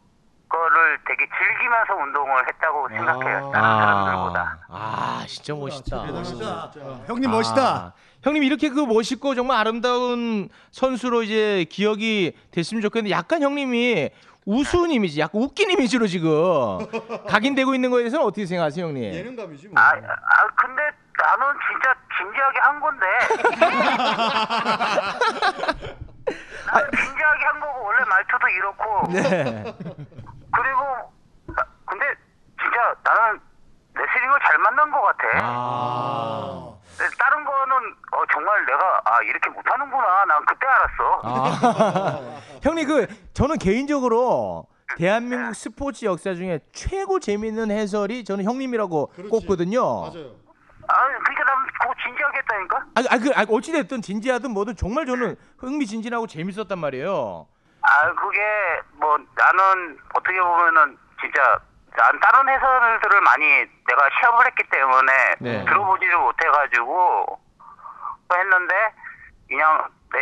그거를 되게 즐기면서 운동을 했다고 생각해요. 다른 사람들보다. 아 진짜 멋있다. 형님 멋있다. 형님 이렇게 그 멋있고 정말 아름다운 선수로 이제 기억이 됐으면 좋겠는데 약간 형님이 우스운 이미지, 약간 웃긴 이미지로 지금 각인되고 있는 거에 대해서는 어떻게 생각하세요, 형님? 예능감이지 뭐. 아, 아 근데 나는 진짜 진지하게 한 건데. 나는 진지하게 한 거고 원래 말투도 이렇고. 네. 그리고 나- 근데 진짜 나는 레슬링을 잘 만난 것 같아. 근데 다른 거는 어, 정말 내가 아 이렇게 못하는구나 난 그때 알았어. 아, 형님 그 저는 개인적으로 대한민국 스포츠 역사 중에 최고 재밌는 해설이 저는 형님이라고 꼽거든요. 맞아요. 아 그러니까 난 그거 진지하게 했다니까. 아, 아, 그, 아, 어찌됐든 진지하든 뭐든 정말 저는 흥미진진하고 재밌었단 말이에요. 아 그게 뭐 나는 어떻게 보면은 진짜 난 다른 해설들을 많이 내가 시험을 했기 때문에 네. 들어보지를 못해가지고 했는데 그냥 내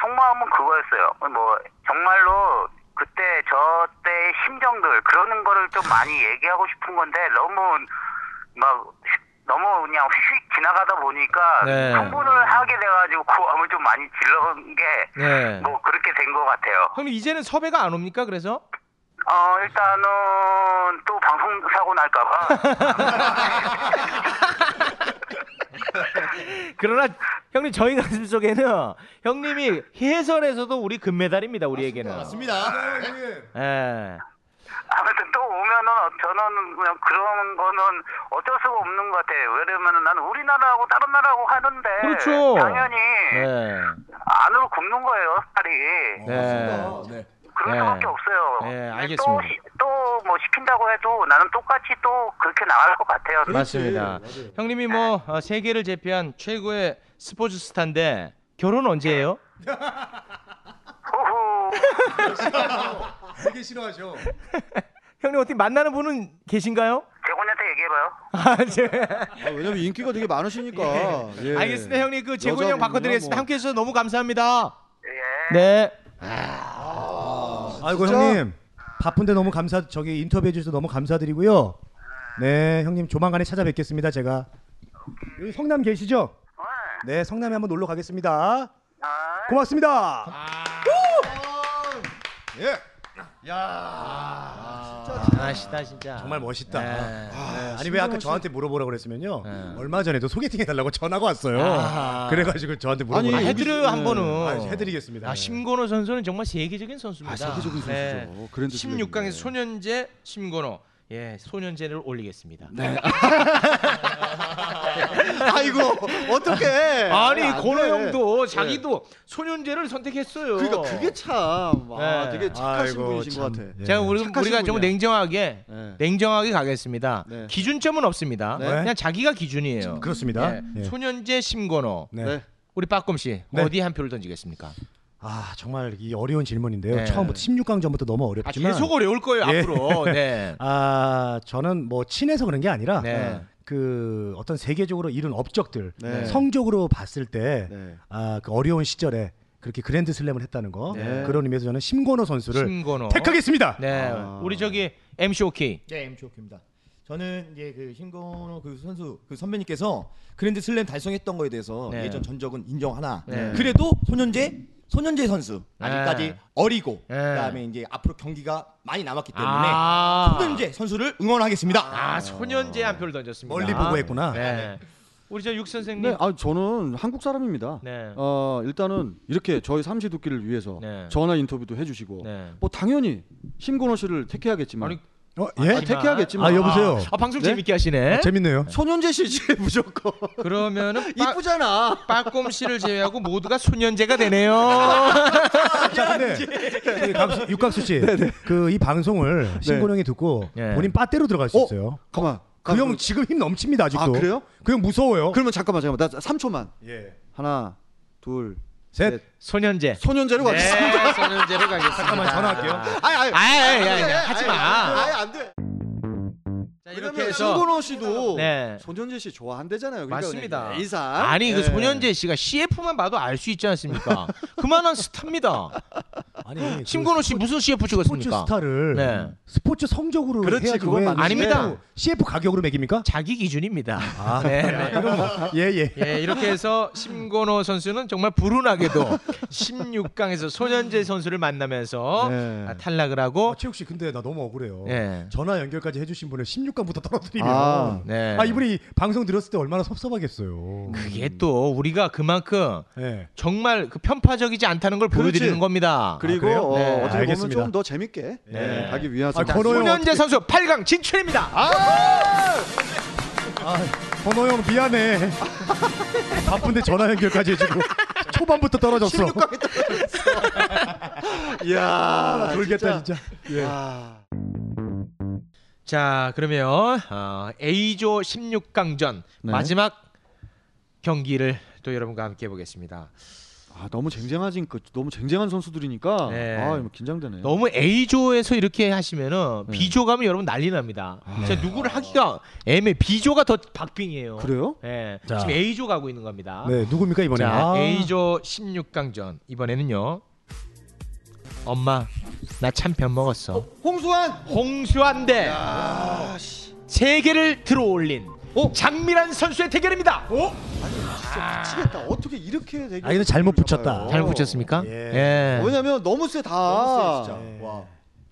속마음은 그거였어요. 뭐 정말로 그때 저때 의 심정들 그러는 거를 좀 많이 얘기하고 싶은 건데 너무 막 너무 그냥 휙휙 지나가다 보니까 네. 흥분을 하게 돼가지고 고함을 좀 많이 질러온 게 네. 뭐 그렇게 된 것 같아요. 형님 이제는 섭외가 안 옵니까? 그래서? 어 일단은 또 방송 사고 날까봐 그러나 형님 저희 가슴 속에는 형님이 해설에서도 우리 금메달입니다 우리에게는. 예. 아무튼 또 오면은 어, 저는 그냥 그런 거는 어쩔 수가 없는 것 같아요. 왜냐면은 나는 우리나라하고 다른 나라하고 하는데 그렇죠. 당연히 네. 안으로 굽는 거예요 살이. 네. 네. 그럴 수밖에 없어요. 네, 또 알겠습니다. 시- 또뭐 시킨다고 해도 나는 똑같이 또 그렇게 나갈 것 같아요. 네. 맞습니다. 형님이 뭐 어, 세계를 제패한 최고의 스포츠 스타인데 결혼 언제 해요? 되게 싫어하죠. 형님 어떻게 만나는 분은 계신가요? 재곤이한테 얘기해봐요. 아, 제... 아, 왜냐면 인기가 되게 많으시니까. 예. 알겠습니다 형님 그 재곤이 형 여자분이나 바꿔드리겠습니다. 뭐. 함께 해주셔서 너무 감사합니다. 네. 아이고 진짜? 형님 바쁜데 너무 감사 저기 인터뷰해 주셔서 너무 감사드리고요. 네 형님 조만간에 찾아뵙겠습니다 제가. 여기 성남 계시죠? 네 성남에 한번 놀러 가겠습니다. 고맙습니다. 예. 야. 진짜. 대단하시다 아, 진짜. 정말 멋있다. 네. 아, 네, 니왜 아까 신동엽 씨. 저한테 물어보라 고 그랬으면요. 얼마 전에도 소개팅 해달라고 전화가 왔어요. 아. 그래가지고 저한테 물어보라. 아니, 해드려요, 한 번은. 해드리겠습니다. 아, 심건호 아, 선수는 정말 세계적인 선수입니다. 네. 아, 세계적인 선수죠. 그랜드 16강에서 소년제 심건호, 예, 소년제를 올리겠습니다. 네. 아이고 어떡해. 아니 안 돼. 예. 고노 형도 자기도 소년제를 선택했어요. 그러니까 그게 참 아, 네. 되게 착하신 아이고, 네. 분이신 것 같아. 네. 예. 제가 우리, 착하신 우리가 좀 분이야. 냉정하게 냉정하게 가겠습니다. 기준점은 없습니다. 네. 그냥 자기가 기준이에요. 그렇습니다. 예. 예. 소년제 심건호. 네. 우리 빠꼼 씨 네. 어디 한 표를 던지겠습니까? 아 정말 이 어려운 질문인데요. 네. 처음부터 16강 전부터 너무 어렵지만 아, 계속 어려울 거예요, 앞으로. 네. 아 저는 뭐 친해서 그런 게 아니라 네. 그 어떤 세계적으로 이룬 업적들 네. 성적으로 봤을 때 네. 아, 그 어려운 시절에 그렇게 그랜드 슬램을 했다는 거 네. 그런 의미에서 저는 심건호 네. 선수를 심건호. 택하겠습니다. 네. 아. 우리 저기 MC OK. 네, MCOK입니다. 저는 이제 그 신건호 그 선수 그 선배님께서 그랜드 슬램 달성했던 거에 대해서 네. 예전 전적은 인정하나 네. 그래도 소년제 소년제 선수 아직까지 네. 어리고 네. 그다음에 이제 앞으로 경기가 많이 남았기 때문에 아. 소년제 선수를 응원하겠습니다. 아, 소년제 한 표를 던졌습니다. 멀리 보고 했구나. 네. 우리 저 육 선생님. 네, 아 저는 한국 사람입니다. 네. 어 일단은 이렇게 저희 삼시 두끼를 위해서 네. 전화 인터뷰도 해주시고, 네. 뭐 당연히 심건호 씨를 택해야겠지만, 아니, 예? 아, 택해야겠지만, 아, 여보세요? 아, 방송 재밌게 하시네. 아, 재밌네요. 소년제 씨지 무조건. 그러면은 이쁘잖아. 어, 빠꼼 씨를 제외하고 모두가 소년제가 되네요. 자, 근데 저기 감수- 육각수 씨, 그 이 방송을 신곤 형이 듣고 네. 본인 빠떼로 들어갈 수 있어요. 가만. 아, 그 형 지금 힘 넘칩니다 아직도. 아 그래요? 그냥 무서워요. 그러면 잠깐만 잠깐만 나 3초만. 예. 하나, 둘, 셋. 네. 소년제. 소년제로 가겠습니다. 네, 소년제로 가겠습니다. 잠깐만 전화할게요. 아이, 아이. 아이, 안 아이, 돼, 하지 아이, 마. 아이, 안 돼. 자, 이렇게 해서- 신건호 씨도 네. 소년제 씨 좋아한대잖아요. 그러니까 맞습니다. 이상 아니 그 예. 소년제 씨가 CF만 봐도 알 수 있지 않습니까? 그만한 스타입니다. 아니 그 심근호 씨 무슨 CF 스포츠 찍었습니까? 스타를 네. 스포츠 성적으로 그렇지, 해야지 그건 왜 맞는데. 아닙니다. CF 가격으로 매깁니까? 자기 기준입니다. 아, 네, 네. 네. 예, 예. 예, 이렇게 해서 심건호 선수는 정말 불운하게도 16강에서 소년제 선수를 만나면서 네. 아, 탈락을 하고 아, 최욱 씨 근데 나 너무 억울해요. 예. 전화 연결까지 해주신 분을 16강부터 떨어뜨리면 아, 아, 네. 이분이 방송 들었을 때 얼마나 섭섭하겠어요. 이게 또 우리가 그만큼 예. 정말 그 편파적이지 않다는 걸 보여드리는 겁니다. 그리고 어, 네. 어떻게 보면 좀 더 재밌게 네. 예, 가기 위해서 아, 소년제 선수 8강 진출입니다. 아! 번호 형 미안해. 바쁜데 전화 연결까지 해주고 초반부터 떨어졌어. 16강에 이야, 돌겠다 아, 진짜. 진짜. 예. 자 그러면 어, A조 16강전 네. 마지막 경기를 또 여러분과 함께 해보겠습니다. 아, 너무 쟁쟁하진 그 너무 쟁쟁한 선수들이니까 네. 아, 뭐 긴장되네. 너무 A조에서 이렇게 하시면은 네. B조 가면 여러분 난리 납니다. 진짜 누구를 하기가 애매. B조가 더 박빙이에요. 아. 그래요? 예. 자. 지금 A조 가고 있는 겁니다. 네, 누굽니까 이번에? 자, 아. A조 16강전 이번에는요. 엄마 나 참편 먹었어. 홍수환 홍수환 대 세개를 들어올린 장미란 선수의 대결입니다. 어? 진짜 미치겠다. 어떻게 이렇게 되게 아, 근데 잘못 붙였다. 네. 잘못 어, 붙였습니까? 예. 왜냐면 너무 세다. 너무 세, 진짜.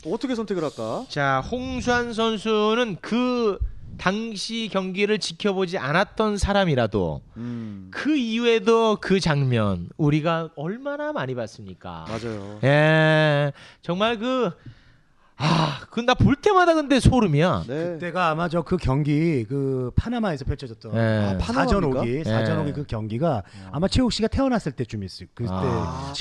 예. 어떻게 선택을 할까? 자 홍수환 선수는 그 당시 경기를 지켜보지 않았던 사람이라도 음, 그 이후에도 그 장면 우리가 얼마나 많이 봤습니까? 맞아요. 예, 정말 그 아, 그 나 볼 때마다 근데 소름이야. 네. 네. 그때가 아마 저 그 경기 그 파나마에서 펼쳐졌던 예. 네. 아, 사전 파나마입니까? 오기 사전 예. 오기 그 경기가 아마 최욱 씨가 태어났을 때쯤 있을 그때 아.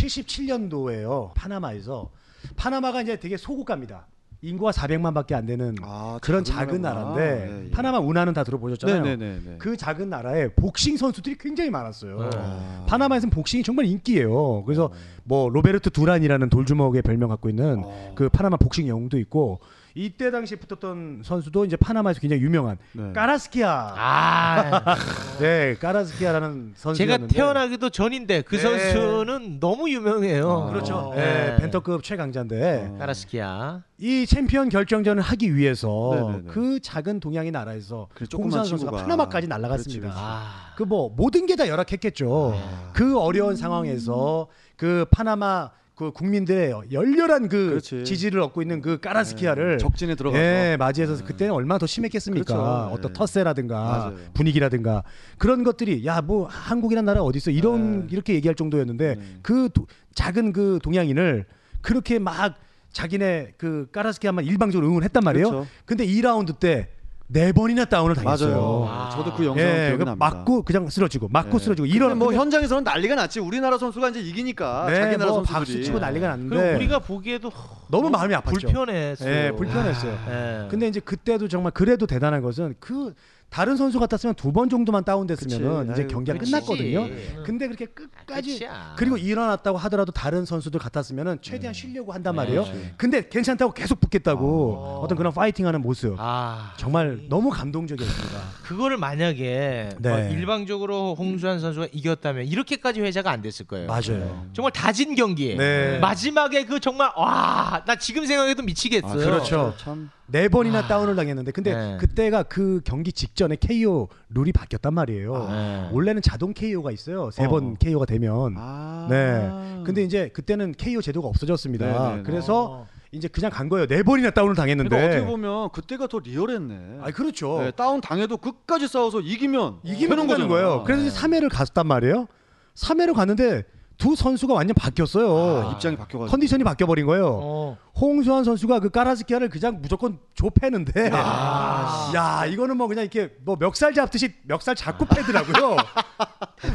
77년도예요 파나마에서 파나마가 이제 되게 소국가입니다 인구가 400만밖에 안 되는 그런 작은 아, 나라구나. 나라인데 예, 예. 파나마 운하는 다 들어보셨잖아요 네네네네. 그 작은 나라에 복싱 선수들이 굉장히 많았어요 네. 파나마에서는 복싱이 정말 인기예요 그래서 네. 뭐 로베르트 두란이라는 돌주먹의 별명 갖고 있는 아. 그 파나마 복싱 영웅도 있고 이때 당시 붙었던 선수도 이제 파나마에서 굉장히 유명한 네. 까라스키아. 네. 아. 네, 까라스키아라는 선수였는데. 제가 태어나기도 전인데 그 네. 선수는 너무 유명해요. 그렇죠. 예. 네, 벤터급 최강자인데 어. 까라스키아. 이 챔피언 결정전을 하기 위해서 네네네. 그 작은 동양의 나라에서 조그만 홍수환 선수가 친구가. 파나마까지 그렇지, 그렇지. 날아갔습니다. 그 뭐 모든 게 다 열악했겠죠. 아. 그 어려운 상황에서 그 파나마 그 국민들의 열렬한 그 지지를 얻고 있는 그 네. 까라스키아를 적진에 들어가서. 네. 예, 맞이해서 그때는 얼마나 더 심했겠습니까? 그렇죠. 어떤 터세라든가 맞아요. 분위기라든가 그런 것들이 야 뭐 한국이란 나라 어디 있어 네. 이런 이렇게 얘기할 정도였는데 그 도- 작은 그 동양인을 그렇게 막 자기네 그 까라스키야만 일방적으로 응원했단 말이에요. 근데 2라운드 때 네 번이나 다운을 그렇죠. 맞아요. 당했어요. 와, 저도 그 영상은 예, 기억이 그 납니다. 맞고 그냥 쓰러지고 맞고 쓰러지고 근데 이런 뭐 현장에서는 난리가 났지. 우리나라 선수가 이제 이기니까 네, 자기 나라 뭐 선수들이 박수 치고 난리가 났는데 그리고 우리가 보기에도 너무 마음이 아팠죠. 불편했어요. 예, 불편했어요. 예. 근데 이제 그때도 정말 그래도 대단한 것은 그 다른 선수 같았으면 두 번 정도만 다운됐으면은 그치. 이제 아유, 경기가 그치. 끝났거든요. 음. 근데 그렇게 끝까지 그리고 일어났다고 하더라도 다른 선수들 같았으면은 음. 최대한 쉬려고 한단 말이에요. 그치. 근데 괜찮다고 계속 아. 붙겠다고 어떤 그런 파이팅하는 모습. 정말 너무 감동적이었습니다. 아, 그거를 만약에 네. 막 일방적으로 홍수환 선수가 이겼다면 이렇게까지 회자가 안 됐을 네. 거예요. 맞아요. 정말 다진 경기. 네. 마지막에 그 정말 와 나 지금 생각해도 미치겠어요. 그렇죠. 네 번이나 아. 다운을 당했는데 근데 네. 그때가 그 경기 직전에 KO 룰이 바뀌었단 말이에요. 아, 네. 네. 원래는 자동 KO가 있어요. 세 번 KO가 되면. 아. 네. 근데 이제 그때는 KO 제도가 없어졌습니다. 네네네. 그래서 이제 그냥 간 거예요. 네 번이나 다운을 당했는데. 아. 그러니까 어떻게 보면 그때가 더 리얼했네. 아 그렇죠. 다운 당해도 끝까지 싸워서 이기면 이기면 되는 네. 끝나는 거예요. 그래서 이제 3회를 갔단 말이에요. 3회로 갔는데 두 선수가 완전 바뀌었어요. 아, 입장이 바뀌어가지고. 컨디션이 바뀌어버린 거예요. 뭐 어. 홍수환 선수가 그 까라스키아를 그냥 무조건 좁패는데 야 이거는 뭐 그냥 이렇게 뭐 멱살 잡듯이 멱살 잡고 패더라고요.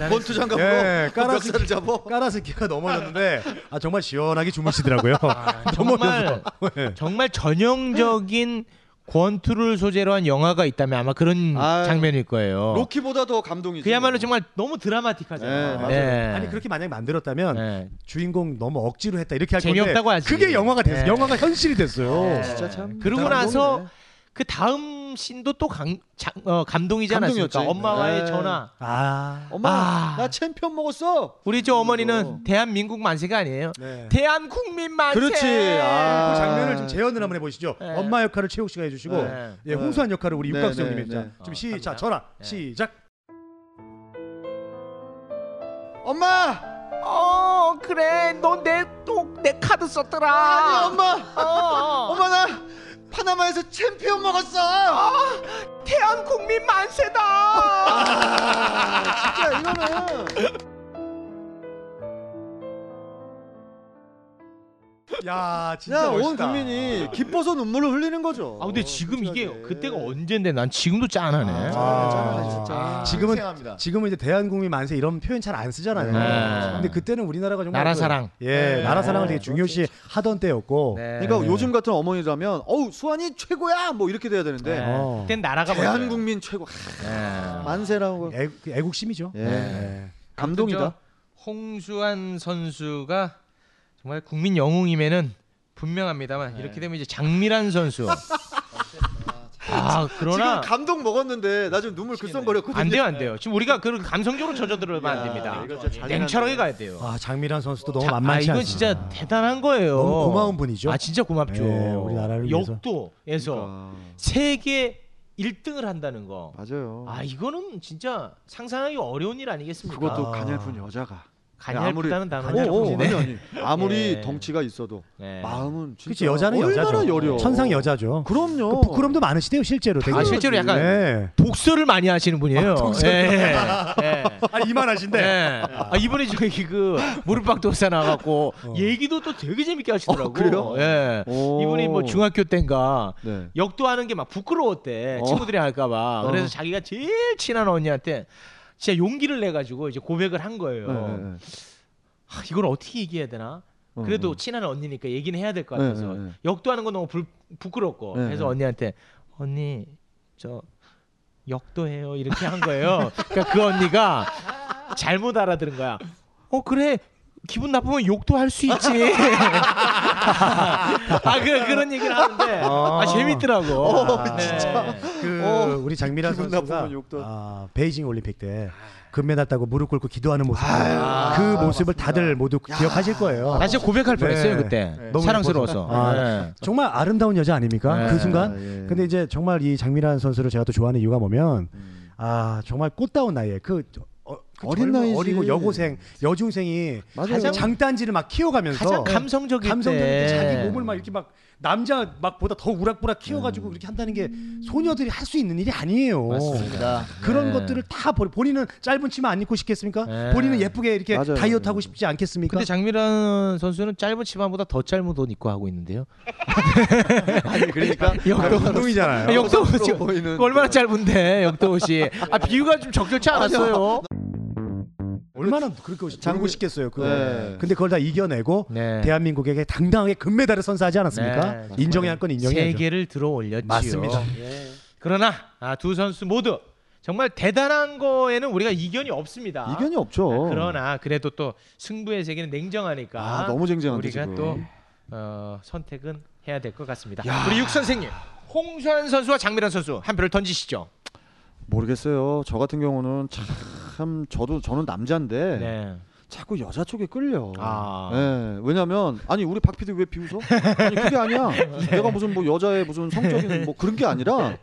권투 장갑으로 예, 멱살을 잡아. 어. 까라스키가 넘어졌는데 아 정말 시원하게 주무시더라고요. 아, 정말 네. 정말 전형적인 권투를 소재로 한 영화가 있다면 아마 그런 장면일 거예요. 로키보다 더 감동이죠. 그야말로 정말 너무 네, 드라마틱하잖아요. 네. 맞아요. 아니 그렇게 만약 만들었다면 주인공 너무 억지로 했다 이렇게 할 재미없다고 건데 하지. 그게 영화가 됐어요. 네. 영화가 현실이 됐어요. 네. 음, 그러고 나서 그 다음 신도 또 강, 장, 어, 감동이지 감동이었지. 않았습니까? 엄마와의 네. 전화. 아. 엄마 아. 나 챔피언 먹었어. 우리 저 어머니는 대한민국 만세가 아니에요. 네. 대한국민 만세. 그렇지. 아. 그 장면을 좀 재현을 한번 해보시죠. 엄마 역할을 최욱 씨가 해주시고 네. 어, 예, 홍수한 역할을 우리 네, 육각수 네, 형님이 네, 네. 좀 시작 전화 시작. 엄마. 어 그래 넌내또내 카드 썼더라. 아니 엄마. 어. 엄마 나 파나마에서 챔피언 먹었어. 아, 대한국민 만세다. 아, 진짜 이거는. 야 아. 야, 온 국민이 기뻐서 눈물을 흘리는 거죠. 아 근데 지금 이게 그때가 언젠데 난 지금도 짠하네. 아. 아. 아, 지금은 지금은 이제 대한국민 만세 이런 표현 잘 안 쓰잖아요. 네. 근데 그때는 우리나라가 정말 나라 그- 사랑. 예, 네. 나라 사랑을 되게 중요시 하던 때였고. 그러니까 요즘 같은 어머니라면 어우 수환이 최고야 뭐 이렇게 돼야 되는데 네. 어. 그땐 나라가 그렇죠? 대한국민 최고 하, 만세라고 그 애, 애국심이죠. 예. 네. 감동이다. 홍수환 선수가 정말 국민 영웅임에는 분명합니다만 이렇게 되면 이제 장미란 선수. 아 그러나 지금 감동 먹었는데 나 지금 눈물 그 글썽거렸거든요. 아, 안 돼요 안 돼요. 지금 우리가 그 감성적으로 젖어들면 안 됩니다. 네. 냉철하게 가야 돼요. 아 장미란 선수도 너무 자, 아, 만만치 이건 않습니다. 진짜 대단한 거예요. 너무 고마운 분이죠. 아 진짜 고맙죠. 예, 우리나라를 위해서. 그러니까. 역도에서 세계 1등을 한다는 거. 맞아요. 아 이거는 진짜 상상하기 어려운 일 아니겠습니까? 그것도 가냘픈 여자가 가냘프다는 네. 단어는 아무리, 오, 오, 좀 아니, 이제- 아니. 아무리 예. 덩치가 있어도 아, 마음은 진짜 네. 그치 여자는 얼마나 여자죠. 네. 여려. 천상 여자죠. 그럼요. 그 부끄럼도 많으시대요 실제로. 되게. 어. 아, 실제로 약간 네. 독서를 많이 하시는 분이에요. 독서를. 예. 아 이만하신데. 예. 아, 이번에 저기 그 무릎팍 독사 나갖고 어. 얘기도 또 되게 재밌게 하시더라고. 그래요? 예. 오. 이분이 뭐 중학교 땐가 네. 역도하는 게 막 부끄러웠대 어. 친구들이 할까봐. 그래서 어. 자기가 제일 친한 언니한테 진짜 용기를 내 가지고 이제 고백을 한 거예요. 네, 아, 이걸 어떻게 얘기해야 되나? 어, 그래도 어. 친한 언니니까 얘기는 해야 될 것 네, 같아서 네, 네. 역도하는 건 너무 불, 부끄럽고 네, 그래서 네. 언니한테 언니 저 역도해요 이렇게 한 거예요. 그러니까 그 언니가 잘못 알아들은 거야. 어 그래 기분 나쁘면 욕도 할 수 있지. 아 그, 그런 얘기를 하는데 아, 재밌더라고. 네. 진짜. 그 우리 장미란 기분 선수가 나쁘면 욕도 아, 베이징 올림픽 때 금메달 따고 무릎 꿇고 기도하는 모습 그 모습을 다들 모두 기억하실 거예요. 나 진짜 고백할 뻔했어요, 그때. 사랑스러워서. 예뻐서. 아, 네. 정말 아름다운 여자 아닙니까? 네. 그 순간. 예. 근데 이제 정말 이 장미란 선수를 제가 또 좋아하는 이유가 뭐면 아 정말 꽃다운 나이에 그 어, 어린 나이지. 어리고 여고생, 여중생이 맞아요. 가장 장단지를 막 키워가면서 가장 감성적일 감성적일 때 때. 자기 몸을 막 이렇게 막 남자 막보다 더 우락부락 키워가지고 이렇게 한다는 게 소녀들이 할 수 있는 일이 아니에요. 음. 맞습니다. 그런 네. 것들을 다 버려. 본인은 짧은 치마 안 입고 싶겠습니까? 네. 본인은 예쁘게 이렇게 맞아요. 다이어트 하고 싶지 않겠습니까? 근데 장미란 선수는 짧은 치마보다 더 짧은 옷 입고 하고 있는데요. 아니 그러니까 운동이잖아요. 역도 옷으로 옷이 보이는 얼마나 짧은데 역도 옷이. 아 비유가 좀 적절치 않았어요. 얼마나 그렇게 장고 싶겠어요. 그거. 네. 근데 그걸 다 이겨내고 대한민국에게 당당하게 금메달을 선사하지 않았습니까? 네. 인정해야 할 건 인정해야죠. 세 개를 들어 올렸지요. 예. 맞습니다. 그러나 아, 두 선수 모두 정말 대단한 거에는 우리가 이견이 없습니다. 아, 이견이 네, 없죠. 그러나 그래도 또 승부의 세계는 냉정하니까 아, 너무 쟁쟁한데, 그러니까 우리가 지금. 또 어, 선택은 해야 될 것 같습니다. 우리 육 선생님, 홍수환 선수와 장미란 선수 한 표를 던지시죠. 모르겠어요. 저 같은 경우는 참 저도 저는 남자인데 네. 자꾸 여자 쪽에 끌려. 아. 예, 왜냐면 아니 우리 박 PD 왜 비웃어? 아니 그게 아니야. 내가 무슨 뭐 여자의 무슨 성적인 뭐 그런 게 아니라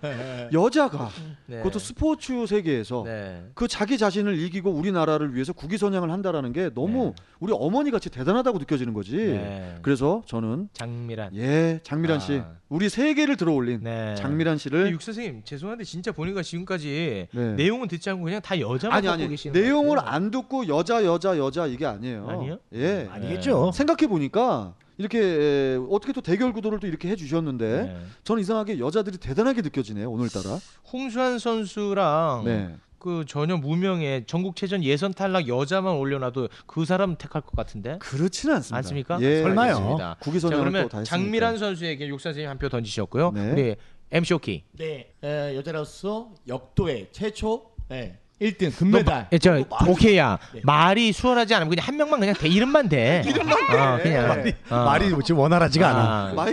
여자가 네. 그것도 스포츠 세계에서 네. 그 자기 자신을 이기고 우리나라를 위해서 국위선양을 한다라는 게 너무 우리 어머니 같이 대단하다고 느껴지는 거지. 네. 그래서 저는 장미란 예 장미란 씨 아. 네. 우리 세 개를 들어올린 장미란 씨를 육 선생님 죄송한데 진짜 보니까 지금까지 네. 내용은 듣지 않고 그냥 다 여자만 아니 듣고 아니 계시는 내용을 안 듣고 여자 여자 여자 이게 아니에요. 아니에요? 어? 예 아니겠죠. 생각해 보니까 이렇게 에, 어떻게 또 대결 구도를 또 이렇게 해주셨는데 네. 저는 이상하게 여자들이 대단하게 느껴지네요 오늘따라. 홍수환 선수랑 네. 그 전혀 무명의 전국체전 예선 탈락 여자만 올려놔도 그 사람 택할 것 같은데? 그렇지는 않습니다. 않습니까? 예, 설마요. 알겠습니다. 자, 구기선양을 그러면 또다 했으니까. 네. 장미란 선수에게 육 선생님 한 표 던지셨고요. 우리 MC 오키. 네, 에, 여자로서 역도의 최초 네, 1등 금메달. 예, 저 그리고 마- 오케이야. 말이 수월하지 않으면 그냥 한 명만 그냥 대 이름만 대. 이름만 대. 어, 그냥 말이- 어. 말이 지금 원활하지가 아. 않아.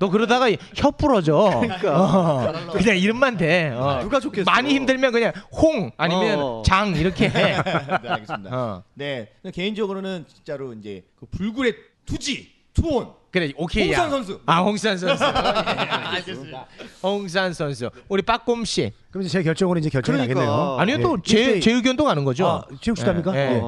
너 그러다가 혀 부러져. 그러니까. 어, 그냥 이름만 대. 어. 누가 좋겠어. 많이 힘들면 그냥 홍 아니면 어. 장 이렇게 해. 네, 알겠습니다. 어. 네, 개인적으로는 진짜로 이제 그 불굴의 투지 투혼. 그래 오케이야. 홍산 선수. 아 홍산 선수. 알겠습니다. 홍산 선수. 우리 빠꼼 씨. 그럼 이제 제 결정으로 이제 결정이 나겠네요. 아니요 또 제 제 어, 예. 일주일- 의견도 가는 거죠. 아, 지국수답니까? 예, 예.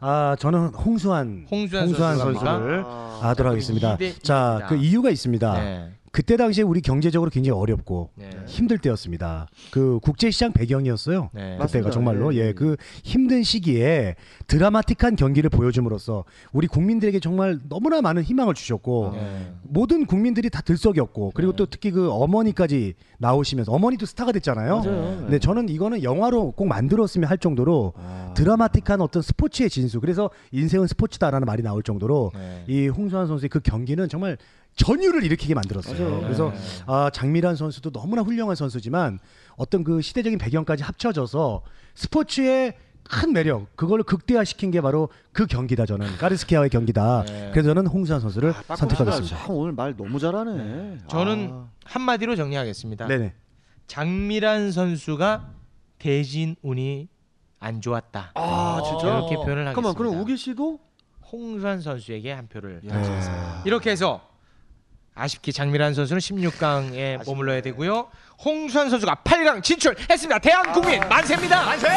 아, 저는 홍수환 홍수환 선수를 선수를 갑니까? 하도록 하겠습니다. 이대 이입니다. 자, 그 이유가 있습니다. 네. 그때 당시에 우리 경제적으로 굉장히 어렵고 네. 힘들 때였습니다. 그 국제 시장 배경이었어요. 네. 그때가 맞습니다. 정말로 예, 그 힘든 시기에 드라마틱한 경기를 보여줌으로써 우리 국민들에게 정말 너무나 많은 희망을 아, 주셨고 네. 모든 국민들이 다 들썩였고 네. 그리고 또 특히 그 어머니까지 나오시면서 어머니도 스타가 됐잖아요. 맞아요. 네, 저는 이거는 영화로 꼭 만들었으면 할 정도로 아. 드라마틱한 어떤 스포츠의 진수. 그래서 인생은 스포츠다라는 말이 나올 정도로 네. 이 홍수환 선수의 그 경기는 정말 전율을 일으키게 만들었어요. 맞아요. 그래서 네. 아, 장미란 선수도 너무나 훌륭한 선수지만 어떤 그 시대적인 배경까지 합쳐져서 스포츠의 큰 매력 그걸 극대화시킨 게 바로 그 경기다 저는 까르스키아의 경기다. 네. 그래서 저는 홍수환 선수를 아, 선택하겠습니다. 참 오늘 말 너무 잘하네. 아, 저는 아. 한마디로 정리하겠습니다. 네네. 장미란 선수가 대진 운이 안 좋았다. 아 진짜 이렇게 표현을 하겠습니다. 잠깐만 그럼 우기 씨도 홍수환 선수에게 한 표를 예. 야. 아. 던지겠습니다. 이렇게 해서 아쉽게 장미란 선수는 16강에 머물러야 되고요. 홍수환 선수가 8강 진출했습니다. 대한 아. 국민 만세입니다. 만세!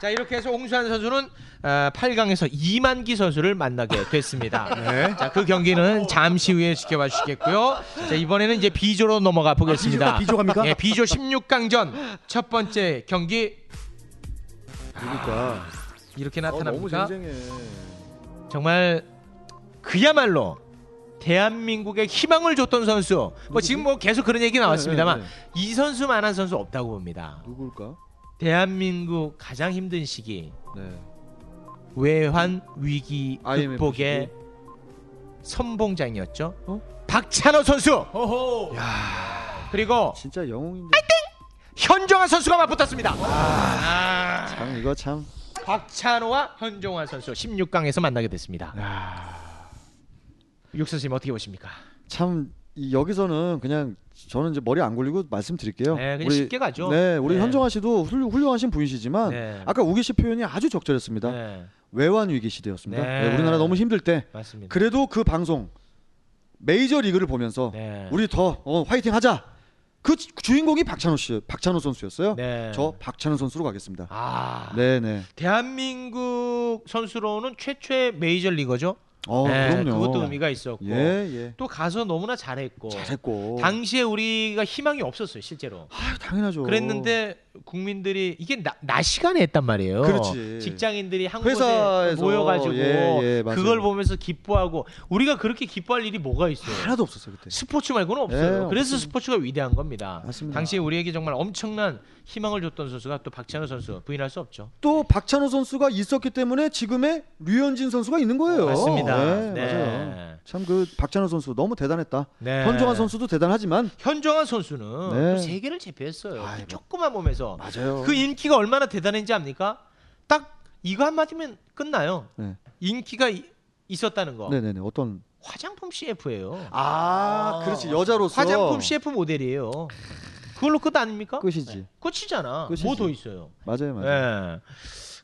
자 이렇게 해서 홍수환 선수는 어, 8강에서 이만기 선수를 만나게 됐습니다. 네. 자 그 경기는 잠시 후에 지켜봐 주시겠고요. 자 이번에는 이제 B조로 넘어가 비조가 아, 보겠습니다. B조 갑니까? 예, B조 16강전 첫 번째 경기 누굴까? 어, 이렇게 그러니까. 아, 너무 아, 나타납니다. 쟁쟁해. 정말 그야말로 대한민국의 희망을 줬던 선수. 뭐 지금 뭐 계속 그런 얘기 나왔습니다만 네, 이 선수만한 선수 없다고 봅니다. 누굴까? 대한민국 가장 힘든 시기 네. 외환 위기 IMF 극복의 선봉장이었죠. 어? 박찬호 선수. 그리고 진짜 영웅인데. 현정환 선수가 맞붙었습니다. 아. 참 이거 참. 박찬호와 현종환 선수 16강에서 만나게 됐습니다. 육 선생님 어떻게 보십니까? 참 이- 여기서는 그냥 저는 이제 머리 안 굴리고 말씀드릴게요. 네, 그냥 쉽게 가죠. 네, 우리 네. 현정아 씨도 훌- 훌륭하신 분이시지만 네. 아까 우기 씨 표현이 아주 적절했습니다. 외환 위기 시대였습니다. 네. 네, 우리나라 너무 힘들 때그 맞습니다. 네. 그래도 그 방송 메이저 리그를 보면서 우리 더 어, 화이팅 하자. 그 주- 주인공이 박찬호 씨, 박찬호 선수였어요. 저 박찬호 선수로 가겠습니다. 네. 아, 네네. 대한민국 선수로는 최초의 메이저 리거죠. 어, 그럼요. 것도 네, 의미가 있었고 예, 예. 또 가서 너무나 잘했고 잘했고. 아, 당시에 우리가 희망이 없었어요 실제로. 당연하죠. 그랬는데 국민들이 이게 나, 낮 시간에 했단 말이에요. 그렇지. 직장인들이 한 회사에서, 곳에 모여가지고 예, 예, 맞아요. 그걸 보면서 기뻐하고 우리가 그렇게 기뻐할 일이 뭐가 있어요? 하나도 없었어요 그때. 스포츠 말고는 없어요. 예, 그래서 네. 없습니다. 스포츠가 위대한 겁니다. 맞습니다. 당시에 우리에게 정말 엄청난 희망을 줬던 선수가 또 박찬호 선수 부인할 수 없죠. 또 박찬호 선수가 있었기 때문에 지금의 류현진 선수가 있는 거예요. 맞습니다. 네, 네. 맞아요. 참 그 박찬호 선수 너무 대단했다. 네. 현종환 선수도 대단하지만 현종환 선수는 네. 또 세계를 제패했어요. 그 조그만 몸에서 맞아요. 그 인기가 얼마나 대단했는지 압니까? 딱 이거 한마디면 끝나요. 네. 인기가 이- 있었다는 거. 네네네 어떤 화장품 CF예요. 아, 그렇지 여자로서 화장품 CF 모델이에요. 그걸로 끝 아닙니까? 네. 끝이지. 끝이잖아. 끝이지. 뭐 더 있어요? 맞아요 맞아요. 예.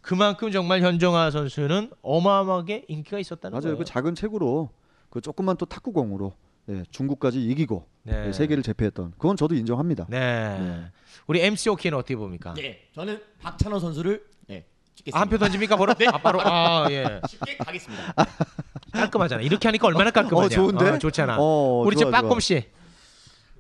그만큼 정말 현정아 선수는 어마어마하게 인기가 있었다는 맞아요. 거예요. 그 작은 책으로 그 조그만 또 탁구공으로 예, 중국까지 이기고 네. 예, 세계를 제패했던 그건 저도 인정합니다. 네. 우리 MC 오키는 어떻게 봅니까? 네, 저는 박찬호 선수를 네, 찍겠습니다. 한 표 던집니까 바로? 네, 아, 바로. 아, 예. 쉽게 가겠습니다. 깔끔하잖아. 이렇게 하니까 얼마나 깔끔하냐. 어, 좋은데? 아, 좋잖아. 어, 우리 집 좋아, 좋아. 빠꼼 씨.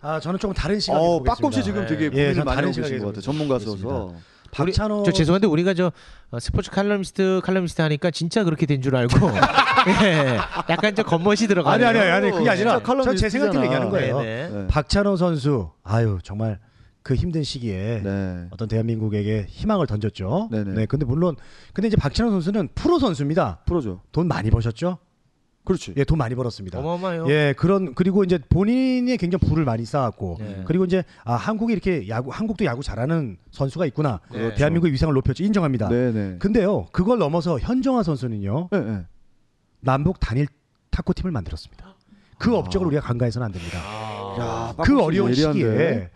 아 저는 조금 다른 시각에 어, 보겠습니다. 네. 예, 빠꼼 씨 지금 되게 고민을 저는 많이 하고 다른 계신 시각에서 것 같아요. 전문가셔서. 보겠습니다. 박찬호 저 죄송한데 우리가 저 어, 스포츠 칼럼니스트 칼럼니스트 하니까 진짜 그렇게 된 줄 알고 예, 약간 저 겉멋이 아니 들어가네요. 아니 아니, 아니 그게 아니라 진짜 칼럼니스트잖아. 전 제 생각대로 얘기하는 거예요. 네네. 박찬호 선수 아유 정말 그 힘든 시기에 네. 어떤 대한민국에게 희망을 던졌죠. 네 근데 물론 근데 이제 박찬호 선수는 프로 선수입니다. 프로죠. 돈 많이 버셨죠? 그렇지. 예, 돈 많이 벌었습니다. 어마어마해요. 예, 그런 그리고 이제 본인이 굉장히 부를 많이 쌓았고 네. 그리고 이제 아 한국이 이렇게 야구 한국도 야구 잘하는 선수가 있구나. 네. 그렇죠. 대한민국의 위상을 높였죠. 인정합니다. 네네. 예, 근데요, 그걸 넘어서 현정화 선수는요. 남북 단일 탁구 팀을 만들었습니다. 아. 그 업적을 우리가 간과해서는 안 됩니다. 야, 그 빡빡이 어려운 아, 예리한데. 시기에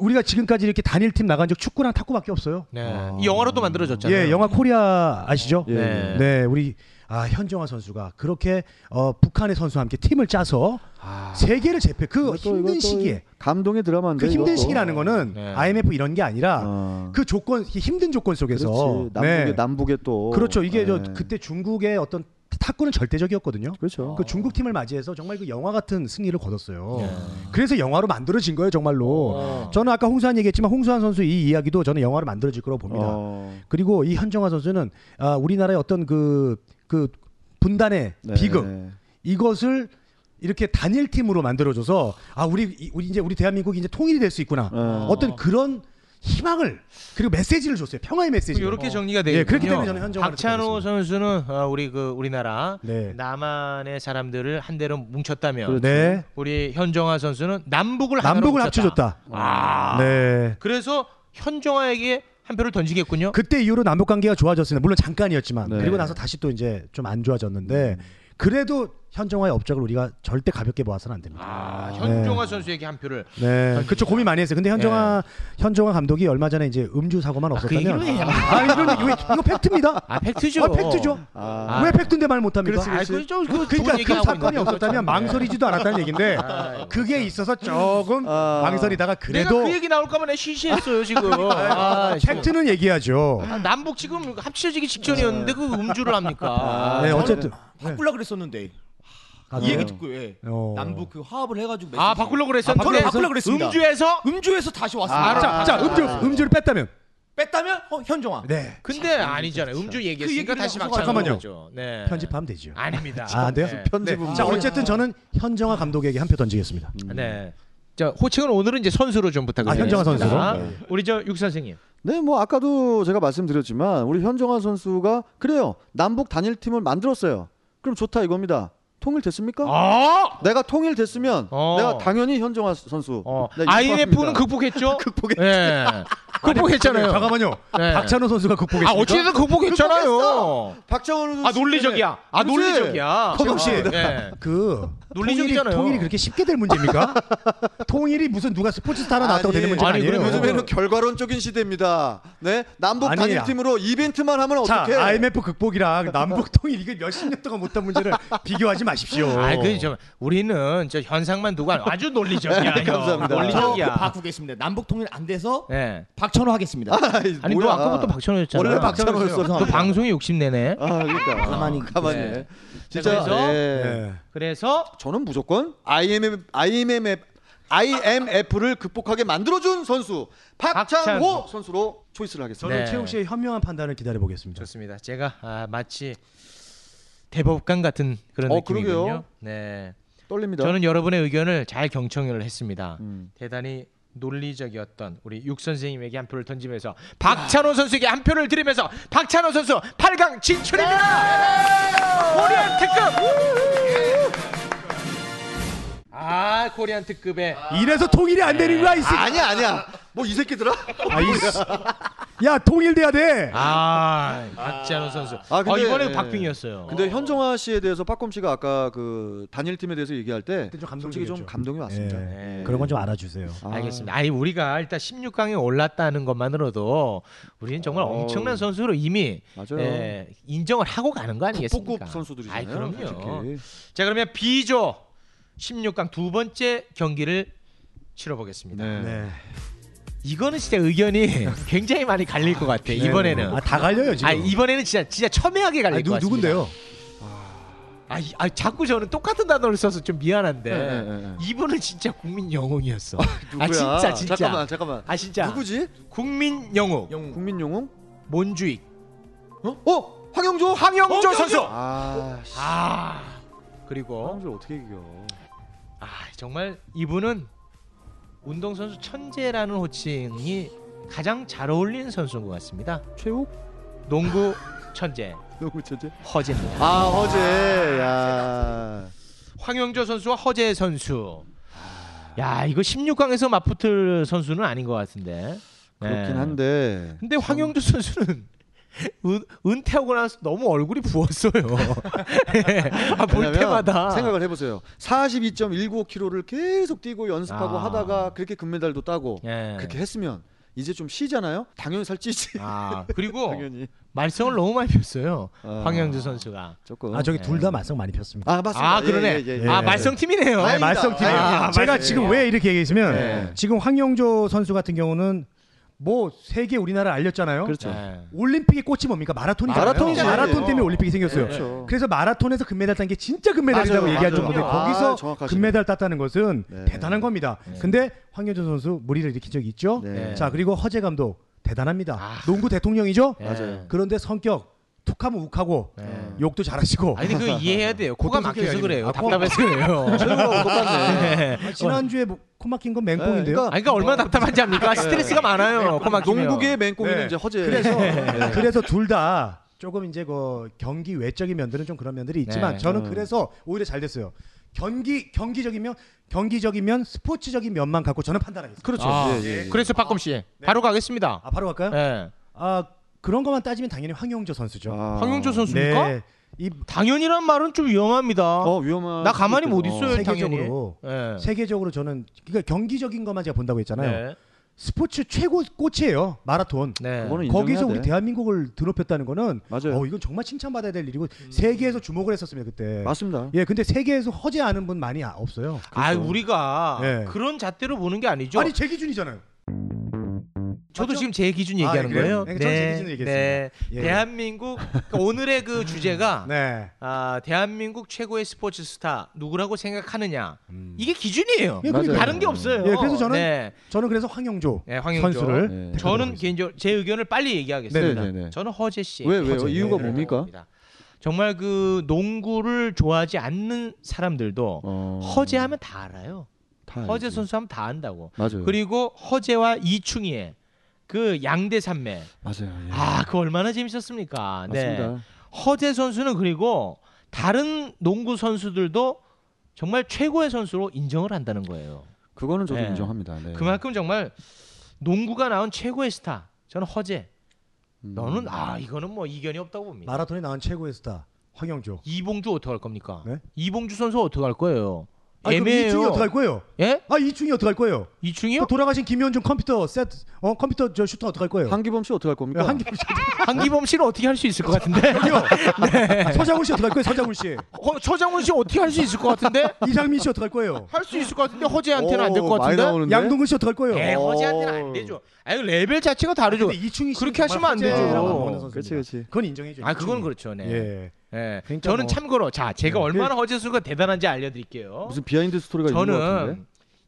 우리가 지금까지 이렇게 단일 팀 나간 적 축구랑 탁구밖에 없어요. 네. 이 영화로도 만들어졌잖아요. 예, 영화 코리아 아시죠? 예, 예. 네. 우리 아, 현정화 선수가 그렇게 어, 북한의 선수와 함께 팀을 짜서 세계를 제패 그 힘든 시기에 감동의 드라마인데 그 아. 이것도. 네. 힘든 어. 시기라는 거는 IMF 이런 게 아니라 그 조건 이 힘든 조건 속에서 네. 그렇지. 남북의 남북의 또 그렇죠. 이게 저 네. 그때 중국의 어떤 탁구는 절대적이었거든요. 그렇죠. 그 중국 팀을 맞이해서 정말 그 영화 같은 승리를 거뒀어요. 그래서 영화로 네. 만들어진 거예요, 정말로. 저는 아까 홍수환 얘기했지만 홍수환 선수 이 이야기도 저는 영화로 만들어질 거라고 봅니다. 그리고 이 현정화 선수는 아, 우리나라의 어떤 그, 그 분단의 네. 비극 이것을 이렇게 단일 팀으로 만들어줘서 아 우리 이- 우리 이제 우리 대한민국이 이제 통일이 될 수 있구나 어떤 그런 희망을 그리고 메시지를 줬어요 평화의 메시지 이렇게 정리가 그 되요 예, 그렇기 때문에 저는 현정화 박찬호 선수는 어, 우리 그 우리나라 네. 남한의 사람들을 한 대로 뭉쳤다면 그렇죠. 네. 우리 현정화 선수는 남북을 하나로 남북을 뭉쳤다. 합쳐줬다 네 그래서 현정화에게 한 표를 던지겠군요. 그때 이후로 남북 관계가 좋아졌습니다. 물론 잠깐이었지만 네. 그리고 나서 다시 또 이제 좀 안 좋아졌는데 그래도 현정화의 업적을 우리가 절대 가볍게 보아서는 네. 안 됩니다. 아, 현정화 선수에게 한 표를 네, 그쪽 고민 많이 했어요. 근데 현정화 네. 현정화 감독이 얼마 전에 이제 음주 사고만 없었다면 얘기로 그 해요. 아, 이거는 이거, 이거 팩트입니다. 아, 팩트죠. 아, 팩트죠. 아. 왜 팩트인데 말 못합니까? 그렇지, 그렇지. 아, 그죠. 그 좋은 그러니까 얘기하고 그 사건이 있는 아. 거죠. 없었다면 망설이지도 않았다는 얘긴데 그게 있어서 조금 망설이다가 아. 내가 그래도 그 얘기 나올까봐 내가 시시했어요 지금. 아, 지금. 팩트는 얘기하죠. 아, 남북 지금 합쳐지기 직전이었는데 그 음주를 합니까? 네, 저는 어쨌든. 바꾸려 그랬었는데 아, 이 그래요? 얘기 듣고 예. 어. 남북 그 화합을 해가지고 네. 네. 아, 바꾸려고 그랬었는데 저는 바꾸려고 그랬습니다. 음주에서 음주에서 다시 왔습니다. 자, 아, 자 음주 음주를 뺐다면 뺐다면 어, 현종아. 네. 근데 아니잖아요. 그렇죠. 음주 얘기했으니까 얘기를 다시 하고 막창 그 잠깐만요. 거죠. 네. 편집하면 되죠. 아닙니다. 아, 안 돼요? 네. 네. 자, 어쨌든 저는 현정화 감독에게 한 표 던지겠습니다. 네. 자, 호칭은 오늘은 이제 선수로 좀 부탁을 아, 현정아 드리겠습니다. 선수로? 네. 우리 저 육 선생님. 네, 뭐 아까도 제가 말씀드렸지만 우리 현정환 선수가 그래요. 남북 단일 팀을 만들었어요. 그럼 좋다 이겁니다. 어? 통일됐습니까? 아. 어? 내가 통일됐으면 내가 당연히 현정환 선수. 어. 네, 어, IMF는 그 인정합니다. 극복했죠? 극복했죠. 예. 극복했잖아요. 잠깐만요. 네. 박찬호 선수가 아, 극복했습니까? 어쨌든 극복했잖아요. 박정훈 네. 아, 논리적이야. 아, 논리적이야. 혹시 예. 그 논리적이잖아요. 통일이 그렇게 쉽게 될 문제입니까? 통일이 무슨 누가 스포츠스타 하나 나왔다고 되는 문제 아니에요. 네, 요즘에는 그렇죠. 결과론적인 시대입니다. 네, 남북 아니, 단일팀으로 이벤트만 하면 자, 어떻게? IMF 극복이랑 남북 통일 이게 몇십 년 동안 못한 문제를 비교하지 마십시오. 아니 그저 우리는 저 현상만 두고 안- 아주 논리적이야. 네, 감사합니다. 논리적이야. 저 바꾸겠습니다. 남북 통일 안 돼서 예. 박천호 하겠습니다. 아니 너 아까부터 박찬호였잖아. 원래 박찬호였어. 너 방송이 욕심내네. 아 그러니까. 가만히 가만히. 네. 진짜. 자, 그래서- 예. 네. 그래서 저는 무조건 IMF, IMF, IMF를 극복하게 만들어준 선수 박찬호, 박찬호. 선수로 초이스를 하겠습니다. 저는 최욱 씨의 현명한 판단을 기다려 보겠습니다. 좋습니다. 제가 아, 마치 대법관 같은 그런 어, 느낌이군요. 그러게요. 네. 떨립니다. 저는 여러분의 의견을 잘 경청을 했습니다. 음. 대단히 논리적이었던 우리 육 선생님에게 한 표를 던지면서 박찬호 선수에게 한 표를 드리면서 박찬호 선수 8강 진출입니다. 네. 코리안 특급. 아 코리안 특급에 이래서 통일이 안 되는 거야, 이 새끼. 아니야 아니야. 뭐 이 새끼들아. 야, 통일돼야 돼. 아 박찬호 선수. 아, 근데- 어, 이번에 예. 박빙이었어요. 근데 현정화 씨에 대해서 빠꼼 씨가 아까 그 단일 팀에 대해서 얘기할 때 솔직히 좀 감동적이었죠. 감동이 왔습니다. 네. 예. 그런 건 좀 알아주세요. 알겠습니다. 아니 우리가 일단 16강에 올랐다는 것만으로도 우리는 정말 어. 엄청난 선수로 이미 맞아요. 예, 인정을 하고 가는 거 아니겠습니까? 국보급 그렇죠. 선수들이잖아요, 아이, 그럼요. 솔직히. 자 그러면 B조 16강 두 번째 경기를 치러보겠습니다. 네. 이거는 진짜 의견이 굉장히 많이 갈릴 것 같아. 네, 네. 이번에는. 아, 다 갈려요, 지금. 아 이번에는 진짜 진짜 첨예하게 갈릴 아니, 누- 것 같습니다. 누군데요? 아, 이- 아, 자꾸 저는 똑같은 단어를 써서 좀 미안한데 네, 네, 네. 이분은 진짜 국민 영웅이었어. 아 누구야? 진짜 진짜. 잠깐만 잠깐만. 아 진짜. 누구지? 국민 영웅 국민 영웅? 몬주익 어? 어? 황영조? 황영조 어, 선수. 아, 씨. 아 그리고 황영조 어떻게 이겨? 아 정말 이분은 운동 선수 천재라는 호칭이 가장 잘 어울리는 선수인 것 같습니다. 최욱? 농구 천재 너무 천재. 허재입니다. 아 허재. 야. 황영조 선수와 허재 선수. 야 이거 16강에서 맞붙을 선수는 아닌 것 같은데. 네. 그렇긴 한데. 근데 황영조 선수는 은, 은퇴하고 나서 너무 얼굴이 부었어요. 아, 볼 왜냐면 때마다 생각을 해보세요. 42.195km를 계속 뛰고 연습하고 아. 하다가 그렇게 금메달도 따고 예. 그렇게 했으면 이제 좀 쉬잖아요. 당연히 살찌지. 아 그리고 당연히 말썽을 너무 많이 폈어요. 아. 황영주 선수가. 조금. 아, 저기 네. 둘 다 말썽 많이 폈습니다. 아 맞습니다. 아 그러네. 예, 예, 예. 아 예. 말썽 팀이네요. 아, 네, 말썽 팀이에요. 아, 제가 말썽. 지금 왜 이렇게 얘기했으면 네. 지금 황영조 선수 같은 경우는 뭐 세계 우리나라 알렸잖아요. 네. 그렇죠. 올림픽의 꽃이 뭡니까? 마라톤이잖아요. 마라톤이죠. 마라톤 때문에 올림픽이 생겼어요. 그렇죠. 그래서 마라톤에서 금메달 딴 게 진짜 금메달이라고 맞아요, 얘기한 맞아요. 정도인데 아, 거기서 정확하시네. 금메달 땄다는 것은 네. 대단한 겁니다. 근데 황영조 선수 무리를 일으킨 적이 있죠. 네. 자 그리고 허재 감독 대단합니다. 아. 농구 대통령이죠. 네. 맞아요. 그런데 성격 툭하면 욱하고 욕도 어. 잘하시고 아니 근데 그거 이해해야 돼요. 코가 막혀서 고통스럽게 그래요. 아, 코가 답답해서 그래요. 최고하고 똑같네. 네. 아, 지난주에 뭐, 코 막힌 건 네, 맹꽁인데요. 그러니까 아니 그러니까 얼마나 답답한지 예. 압니까? 스트레스가 많아요. 코 막히면. 농구계의 맹꽁이는 네. 이제 허재. 그래서 네. 그래서 둘 다 조금 이제 그 경기 외적인 면들은 좀 그런 면들이 있지만 네. 저는 그래서 오히려 잘 됐어요. 경기 경기적이면 경기적이면 스포츠적인 면만 갖고 저는 판단하겠습니다. 그렇죠. 아, 예, 예. 그래서 박검 씨 네. 바로 가겠습니다. 아 바로 갈까요? 예. 아 그런 것만 따지면 당연히 황영조 선수죠. 아. 황용조 선수입니까? 어. 네. 이 당연이란 말은 좀 위험합니다. 어 위험한. 나 가만히 수도 못 있겠다. 있어요, 당연히. 그렇죠. 세계적으로. 예. 세계적으로 저는 그러니까 경기적인 것만 제가 본다고 했잖아요. 네. 스포츠 최고 꽃이에요. 마라톤. 네. 그거는 인정해야 거기서 우리 돼. 네. 대한민국을 드높였다는 거는 맞아요. 어 이건 정말 칭찬받아야 될 일이고 세계에서 주목을 했었습니다 그때. 맞습니다. 예, 근데 세계에서 허재 아는 분 많이 아- 없어요. 아 우리가 네. 그런 잣대로 보는 게 아니죠. 아니 제 기준이잖아요. 저도 맞죠? 지금 제 기준 아, 얘기하는 네, 거예요. 그래요? 네, 저는 제 기준을 네. 얘기했습니다. 예. 음. 대한민국 그러니까 오늘의 그 주제가 네. 아, 대한민국 최고의 스포츠 스타 누구라고 생각하느냐 이게 기준이에요. 음. 예, 그러니까요. 다른 게 없어요. 예, 그래서 저는 네. 저는 그래서 황영조, 네, 황영조. 네. 선수를 택하도록 저는 하겠습니다. 개인적으로 제 의견을 빨리 얘기하겠습니다. 네, 네, 네. 저는 허재 씨. 왜 왜요? 허재. 이유가 네. 뭡니까? 정말 그 농구를 좋아하지 않는 사람들도 어, 허재하면 다 알아요. 다 허재 알지. 선수하면 다 안다고. 네. 맞아요. 그리고 허재와 이충희의 그 양대 산맥. 맞아요. 예. 아, 그 얼마나 재밌었습니까? 네. 맞습니다. 허재 선수는 그리고 다른 농구 선수들도 정말 최고의 선수로 인정을 한다는 거예요. 그거는 저도 네. 인정합니다. 네. 그만큼 정말 농구가 나온 음. 최고의 음. 스타. 저는 허재. 너는 아, 이거는 뭐 이견이 없다고 봅니다. 마라톤에 나온 최고의 스타 황영조. 이봉주 어떻게 할 겁니까? 이봉주 선수 어떻게 할 거예요? 네? 아, 그럼 애매해요. 이충이 어떻게 할 거예요? 예? 아 이충이 어떻게 할 거예요? 이충이요? 돌아가신 김현중 컴퓨터 셋, 어 컴퓨터 저 슈터 어떻게 할 거예요? 한기범 씨 어떻게 할 겁니까? 네, 한기범 씨. 한기범 씨는 어떻게 할 수 있을 것 같은데? 서장훈 씨 어떻게 할 거예요? 서장훈 씨. 어, 서장훈 씨 어떻게 할 수 있을 것 같은데? 이상민 씨 어떻게 할 거예요? 할 수 있을 것 같은데 허재한테는 안 될 것 같은데? 네. 양동근 씨 어떻게 할 거예요? 에 허재한테는 안 되죠. 아 이거 레벨 자체가 다르죠. 그렇게 하시면 안 되죠. 그렇지 그렇지. 그건 인정해줘요. 아 그건 그렇죠. 네. 예. 예. 그러니까 저는 뭐- 참고로 자 제가 네. 얼마나 허재수가 대단한지 알려드릴게요. 무슨 비하인드 스토리가 있는 것 같은데. 저는 네.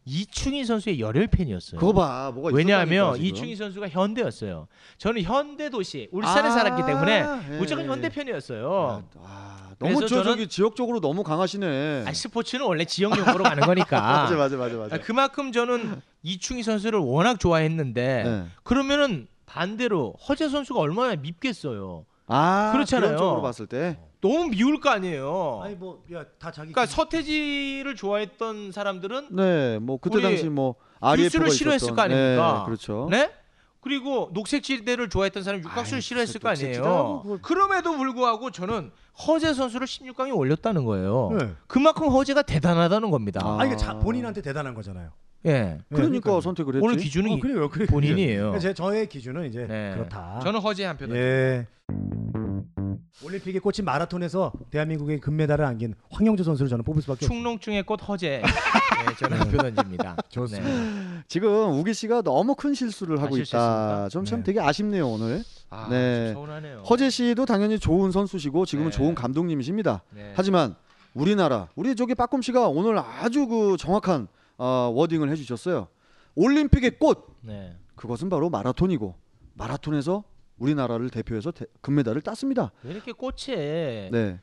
이충희 선수의 열혈 팬이었어요. 그거 봐, 뭐가 왜냐하면 있었다니까, 지금. 이충희 선수가 현대였어요. 저는 현대 도시 울산에 아, 살았기 때문에 예. 무조건 현대 팬이었어요. 아, 너무 그래서 저, 저는- 저기 지역적으로 너무 강하시네. 아, 스포츠는 원래 지역용으로 가는 거니까. 맞아 맞아 맞아 맞아. 아, 그만큼 저는 이충희 선수를 워낙 좋아했는데 네. 그러면은 반대로 허재 선수가 얼마나 밉겠어요. 아 그렇잖아요. 그런 쪽으로 봤을 때. 너무 미울 거 아니에요. 아니 뭐야다 자기. 그러니까 서태지를 좋아했던 사람들은 네, 뭐 그때 우리 당시 뭐 뉴스를 RF가 싫어했을 거 아닙니까? 네, 그렇죠. 네? 그리고 녹색지대를 좋아했던 사람 육각수를 싫어했을 거 아니에요. 녹색지대라고 뭐 그럼에도 불구하고 저는 허재 선수를 16강에 올렸다는 거예요. 네. 그만큼 허재가 대단하다는 겁니다. 아 이게 자, 본인한테 대단한 거잖아요. 예. 그러니까 선택을 오늘 기준은 이- 그래요, 그래요. 어, 본인이에요. 네. 제 저의 기준은 이제 아. 그렇다. 저는 허재 한 표. 예. 올림픽의 꽃인 마라톤에서 대한민국의 금메달을 안긴 황영조 선수를 저는 뽑을 수밖에 없어요. 충농충의 꽃 허재. 네, 저는 한 표 던집니다. 네. 좋습니다. 지금 우기 씨가 너무 큰 실수를 하고 아, 실수했습니까? 있다. 좀 참 되게 아쉽네요 오늘. 아, 네. 좀 서운하네요. 허재 씨도 당연히 좋은 선수시고 지금은 좋은 감독님이십니다. 네. 하지만 우리나라 우리 저기 빠꼼 씨가 오늘 아주 그 정확한 어, 워딩을 해주셨어요. 올림픽의 꽃 네. 그것은 바로 마라톤이고 마라톤에서 우리나라를 대표해서 대- 금메달을 땄습니다. 왜 이렇게 꽃에 네.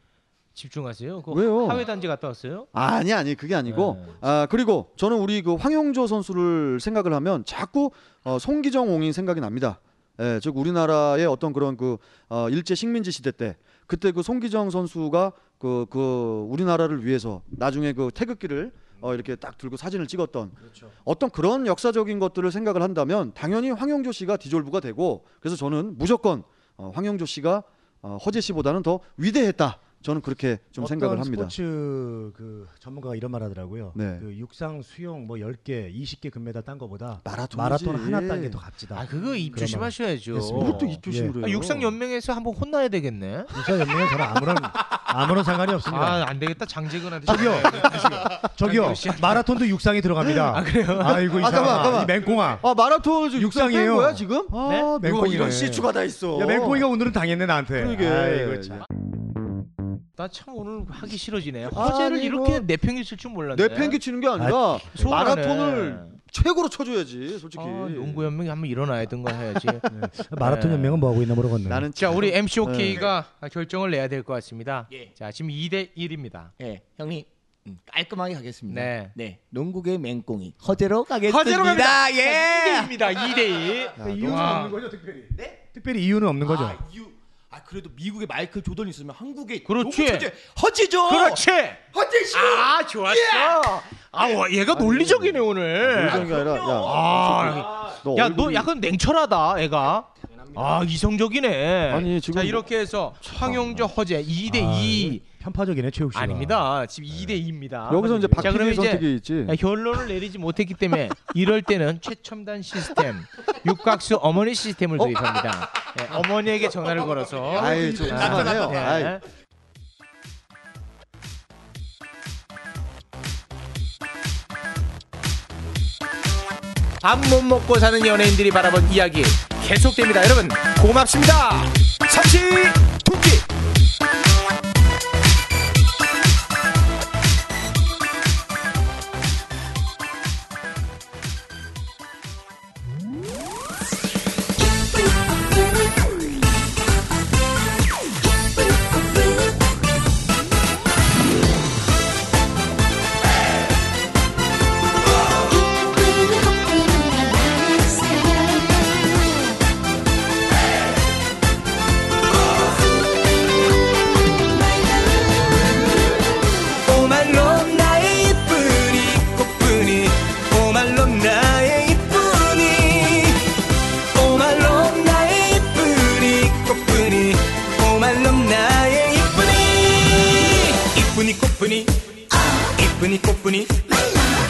집중하세요? 그거 왜요? 하회 단지 갔다 왔어요? 아니 아니 그게 아니고 네. 아 그리고 저는 우리 그 황영조 선수를 생각을 하면 자꾸 어, 송기정 옹이 생각이 납니다. 예, 즉 우리나라의 어떤 그런 그 어, 일제 식민지 시대 때 그때 그 송기정 선수가 그 그 우리나라를 위해서 나중에 그 태극기를 어, 이렇게 딱 들고 사진을 찍었던 그렇죠. 어떤 그런 역사적인 것들을 생각을 한다면 당연히 황영조 씨가 디졸브가 되고 그래서 저는 무조건 어, 황영조 씨가 어, 허재 씨보다는 더 위대했다. 저는 그렇게 좀 생각을 합니다. 스포츠 그 전문가가 이런 말 하더라고요. 네. 그 육상, 수영 뭐 10개, 20개 금메달 딴 거보다 마라톤이지. 예. 마라톤 하나 딴 게 더 예. 값지다. 아 예, 그거 입 그런 조심하셔야죠. 말을 어. 했습니다. 아, 육상 연맹에서 한번 혼나야 되겠네. 육상 연맹은 저는 아무런 아무런 상관이 없습니다. 아, 안 되겠다. 장재근한테. 저기요. 저기요. 마라톤도 육상에 들어갑니다. 아, 그래요? 아이고 이상아. 아, 잠깐만, 잠깐만. 이 맹꽁아. 아 마라톤 지금 육상 육상이에요. 뺀 거야 지금? 아, 맹꽁이네. 야, 맹꽁이가 오늘은 당했네 나한테. 그러게. 아이고 참. 나참 오늘 하기 싫어지네. 아니, 허재를 이거- 이렇게 내팽개칠 줄 몰랐네. 내팽개치는 게 아니라 아, 서운하네. 마라톤을 최고로 쳐줘야지 솔직히. 아, 농구 연맹이 한번 일어나야든가 해야지. 마라톤 연맹은 뭐 하고 있나 모르겠네. 나는 자, 우리 네. MC 오케이가 결정을 내야 될 것 같습니다. 자, 지금 2대 1입니다. 예, 형님. 음, 깔끔하게 가겠습니다. 네. 농구계 맹꽁이 허재로 가겠습니다. 허재로 갑니다. 예. 2대 1입니다. 2대 1. 이유는 없는 거죠, 특별히. 특별히 이유는 없는 거죠. 아, 이유. 아 그래도 미국에 마이클 조던이 있으면 한국에 그렇지. 농구 천재 허재죠. 그렇지. 허재 씨. 아, 좋았어. 예. 아, 와, 얘가 논리적이네 오늘. 논리적인 게 아니라 야. 아, 너 야, 너 어, 얼굴이- 약간 냉철하다, 애가. 아, 이성적이네. 아니, 지금- 자, 이렇게 해서 황용조 허재 2대 2 편파적이네 최욱 씨가. 아닙니다. 지금 2대 2입니다. 여기서 이제 박희민의 선택이 있지. 결론을 내리지 못했기 때문에 이럴 때는 최첨단 시스템 육각수 어머니 시스템을 도입합니다. 예, 어머니에게 전화를 걸어서. 아이, 좀 예, 이상하네요. 예. 아이. 밥 못 먹고 사는 연예인들이 바라본 이야기 계속됩니다. 여러분 고맙습니다. 삼시 토끼. Hey!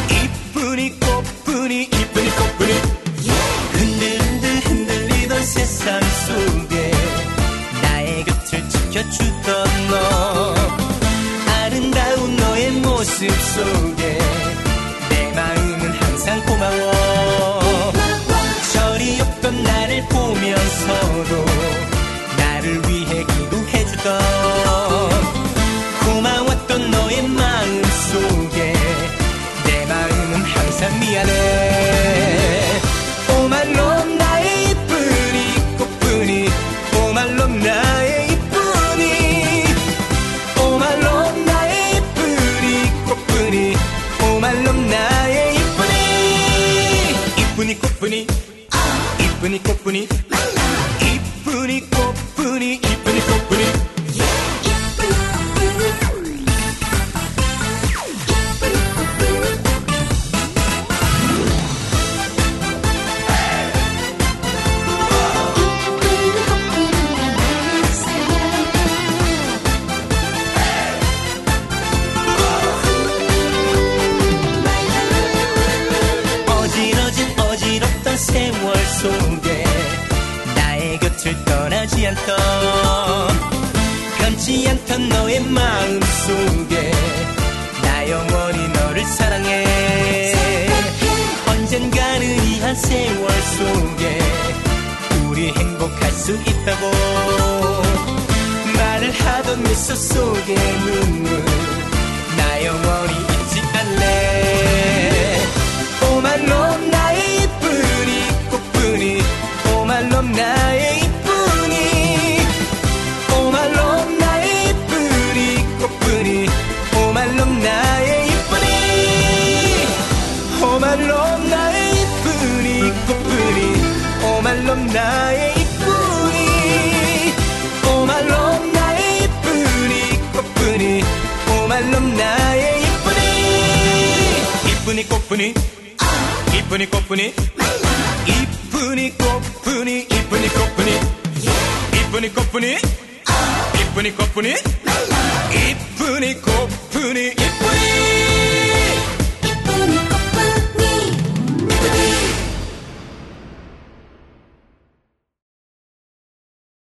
꽃분이 꽃분이 이쁜이 꽃분이 흔들흔들 흔들리던 세상 속에 나의 곁을 지켜주던 너 아름다운 너의 모습 속에 내 마음은 항상 고마워 절이 없던 나를 보면서도 나를 위해 기도해주던 고마웠던 너의 마음 속에 내 마음은 항상 미안해 오말롬 나의 이쁜이 꽃뿐이 오말롬 나의 이쁜이 오말롬 나의 이쁜이 꽃뿐이 오말롬 나의 이쁜이 이쁜이 꽃뿐이 아, 이쁜이 꽃뿐이 이쁜이 꽃뿐이 이쁜이 꽃뿐이 어지러진 어지럽던 세월 속에 나의 곁을 떠나지 않던 변치 않던 너의 마음 속에 나 영원히 너를 사랑해 언젠가는 이 한 세월 속에 우리 행복할 수 있다고 말을 하던 미소 속에 눈물 나 영원히 잊지 않네 오말롬 나의 이쁜이 꽃뿐이 오말롬 나의 이쁜이 오말롬 나의 이쁜이 꽃뿐이 오말롬 나의 이쁜이 오말롬 나의 이쁜이 꽃뿐이 오말롬 나의 이쁜이 오말롬 나의 이쁜이 꽃뿐이 오말롬 나의 이쁜이 이쁜이 꽃뿐이 이쁜이 꽃뿐이 이쁜이 꽃뿐이 이쁜이 꽃뿐이 이쁜이 꽃뿐이 이쁜이 꽃뿐이 이쁜이 꽃뿐이 이쁜이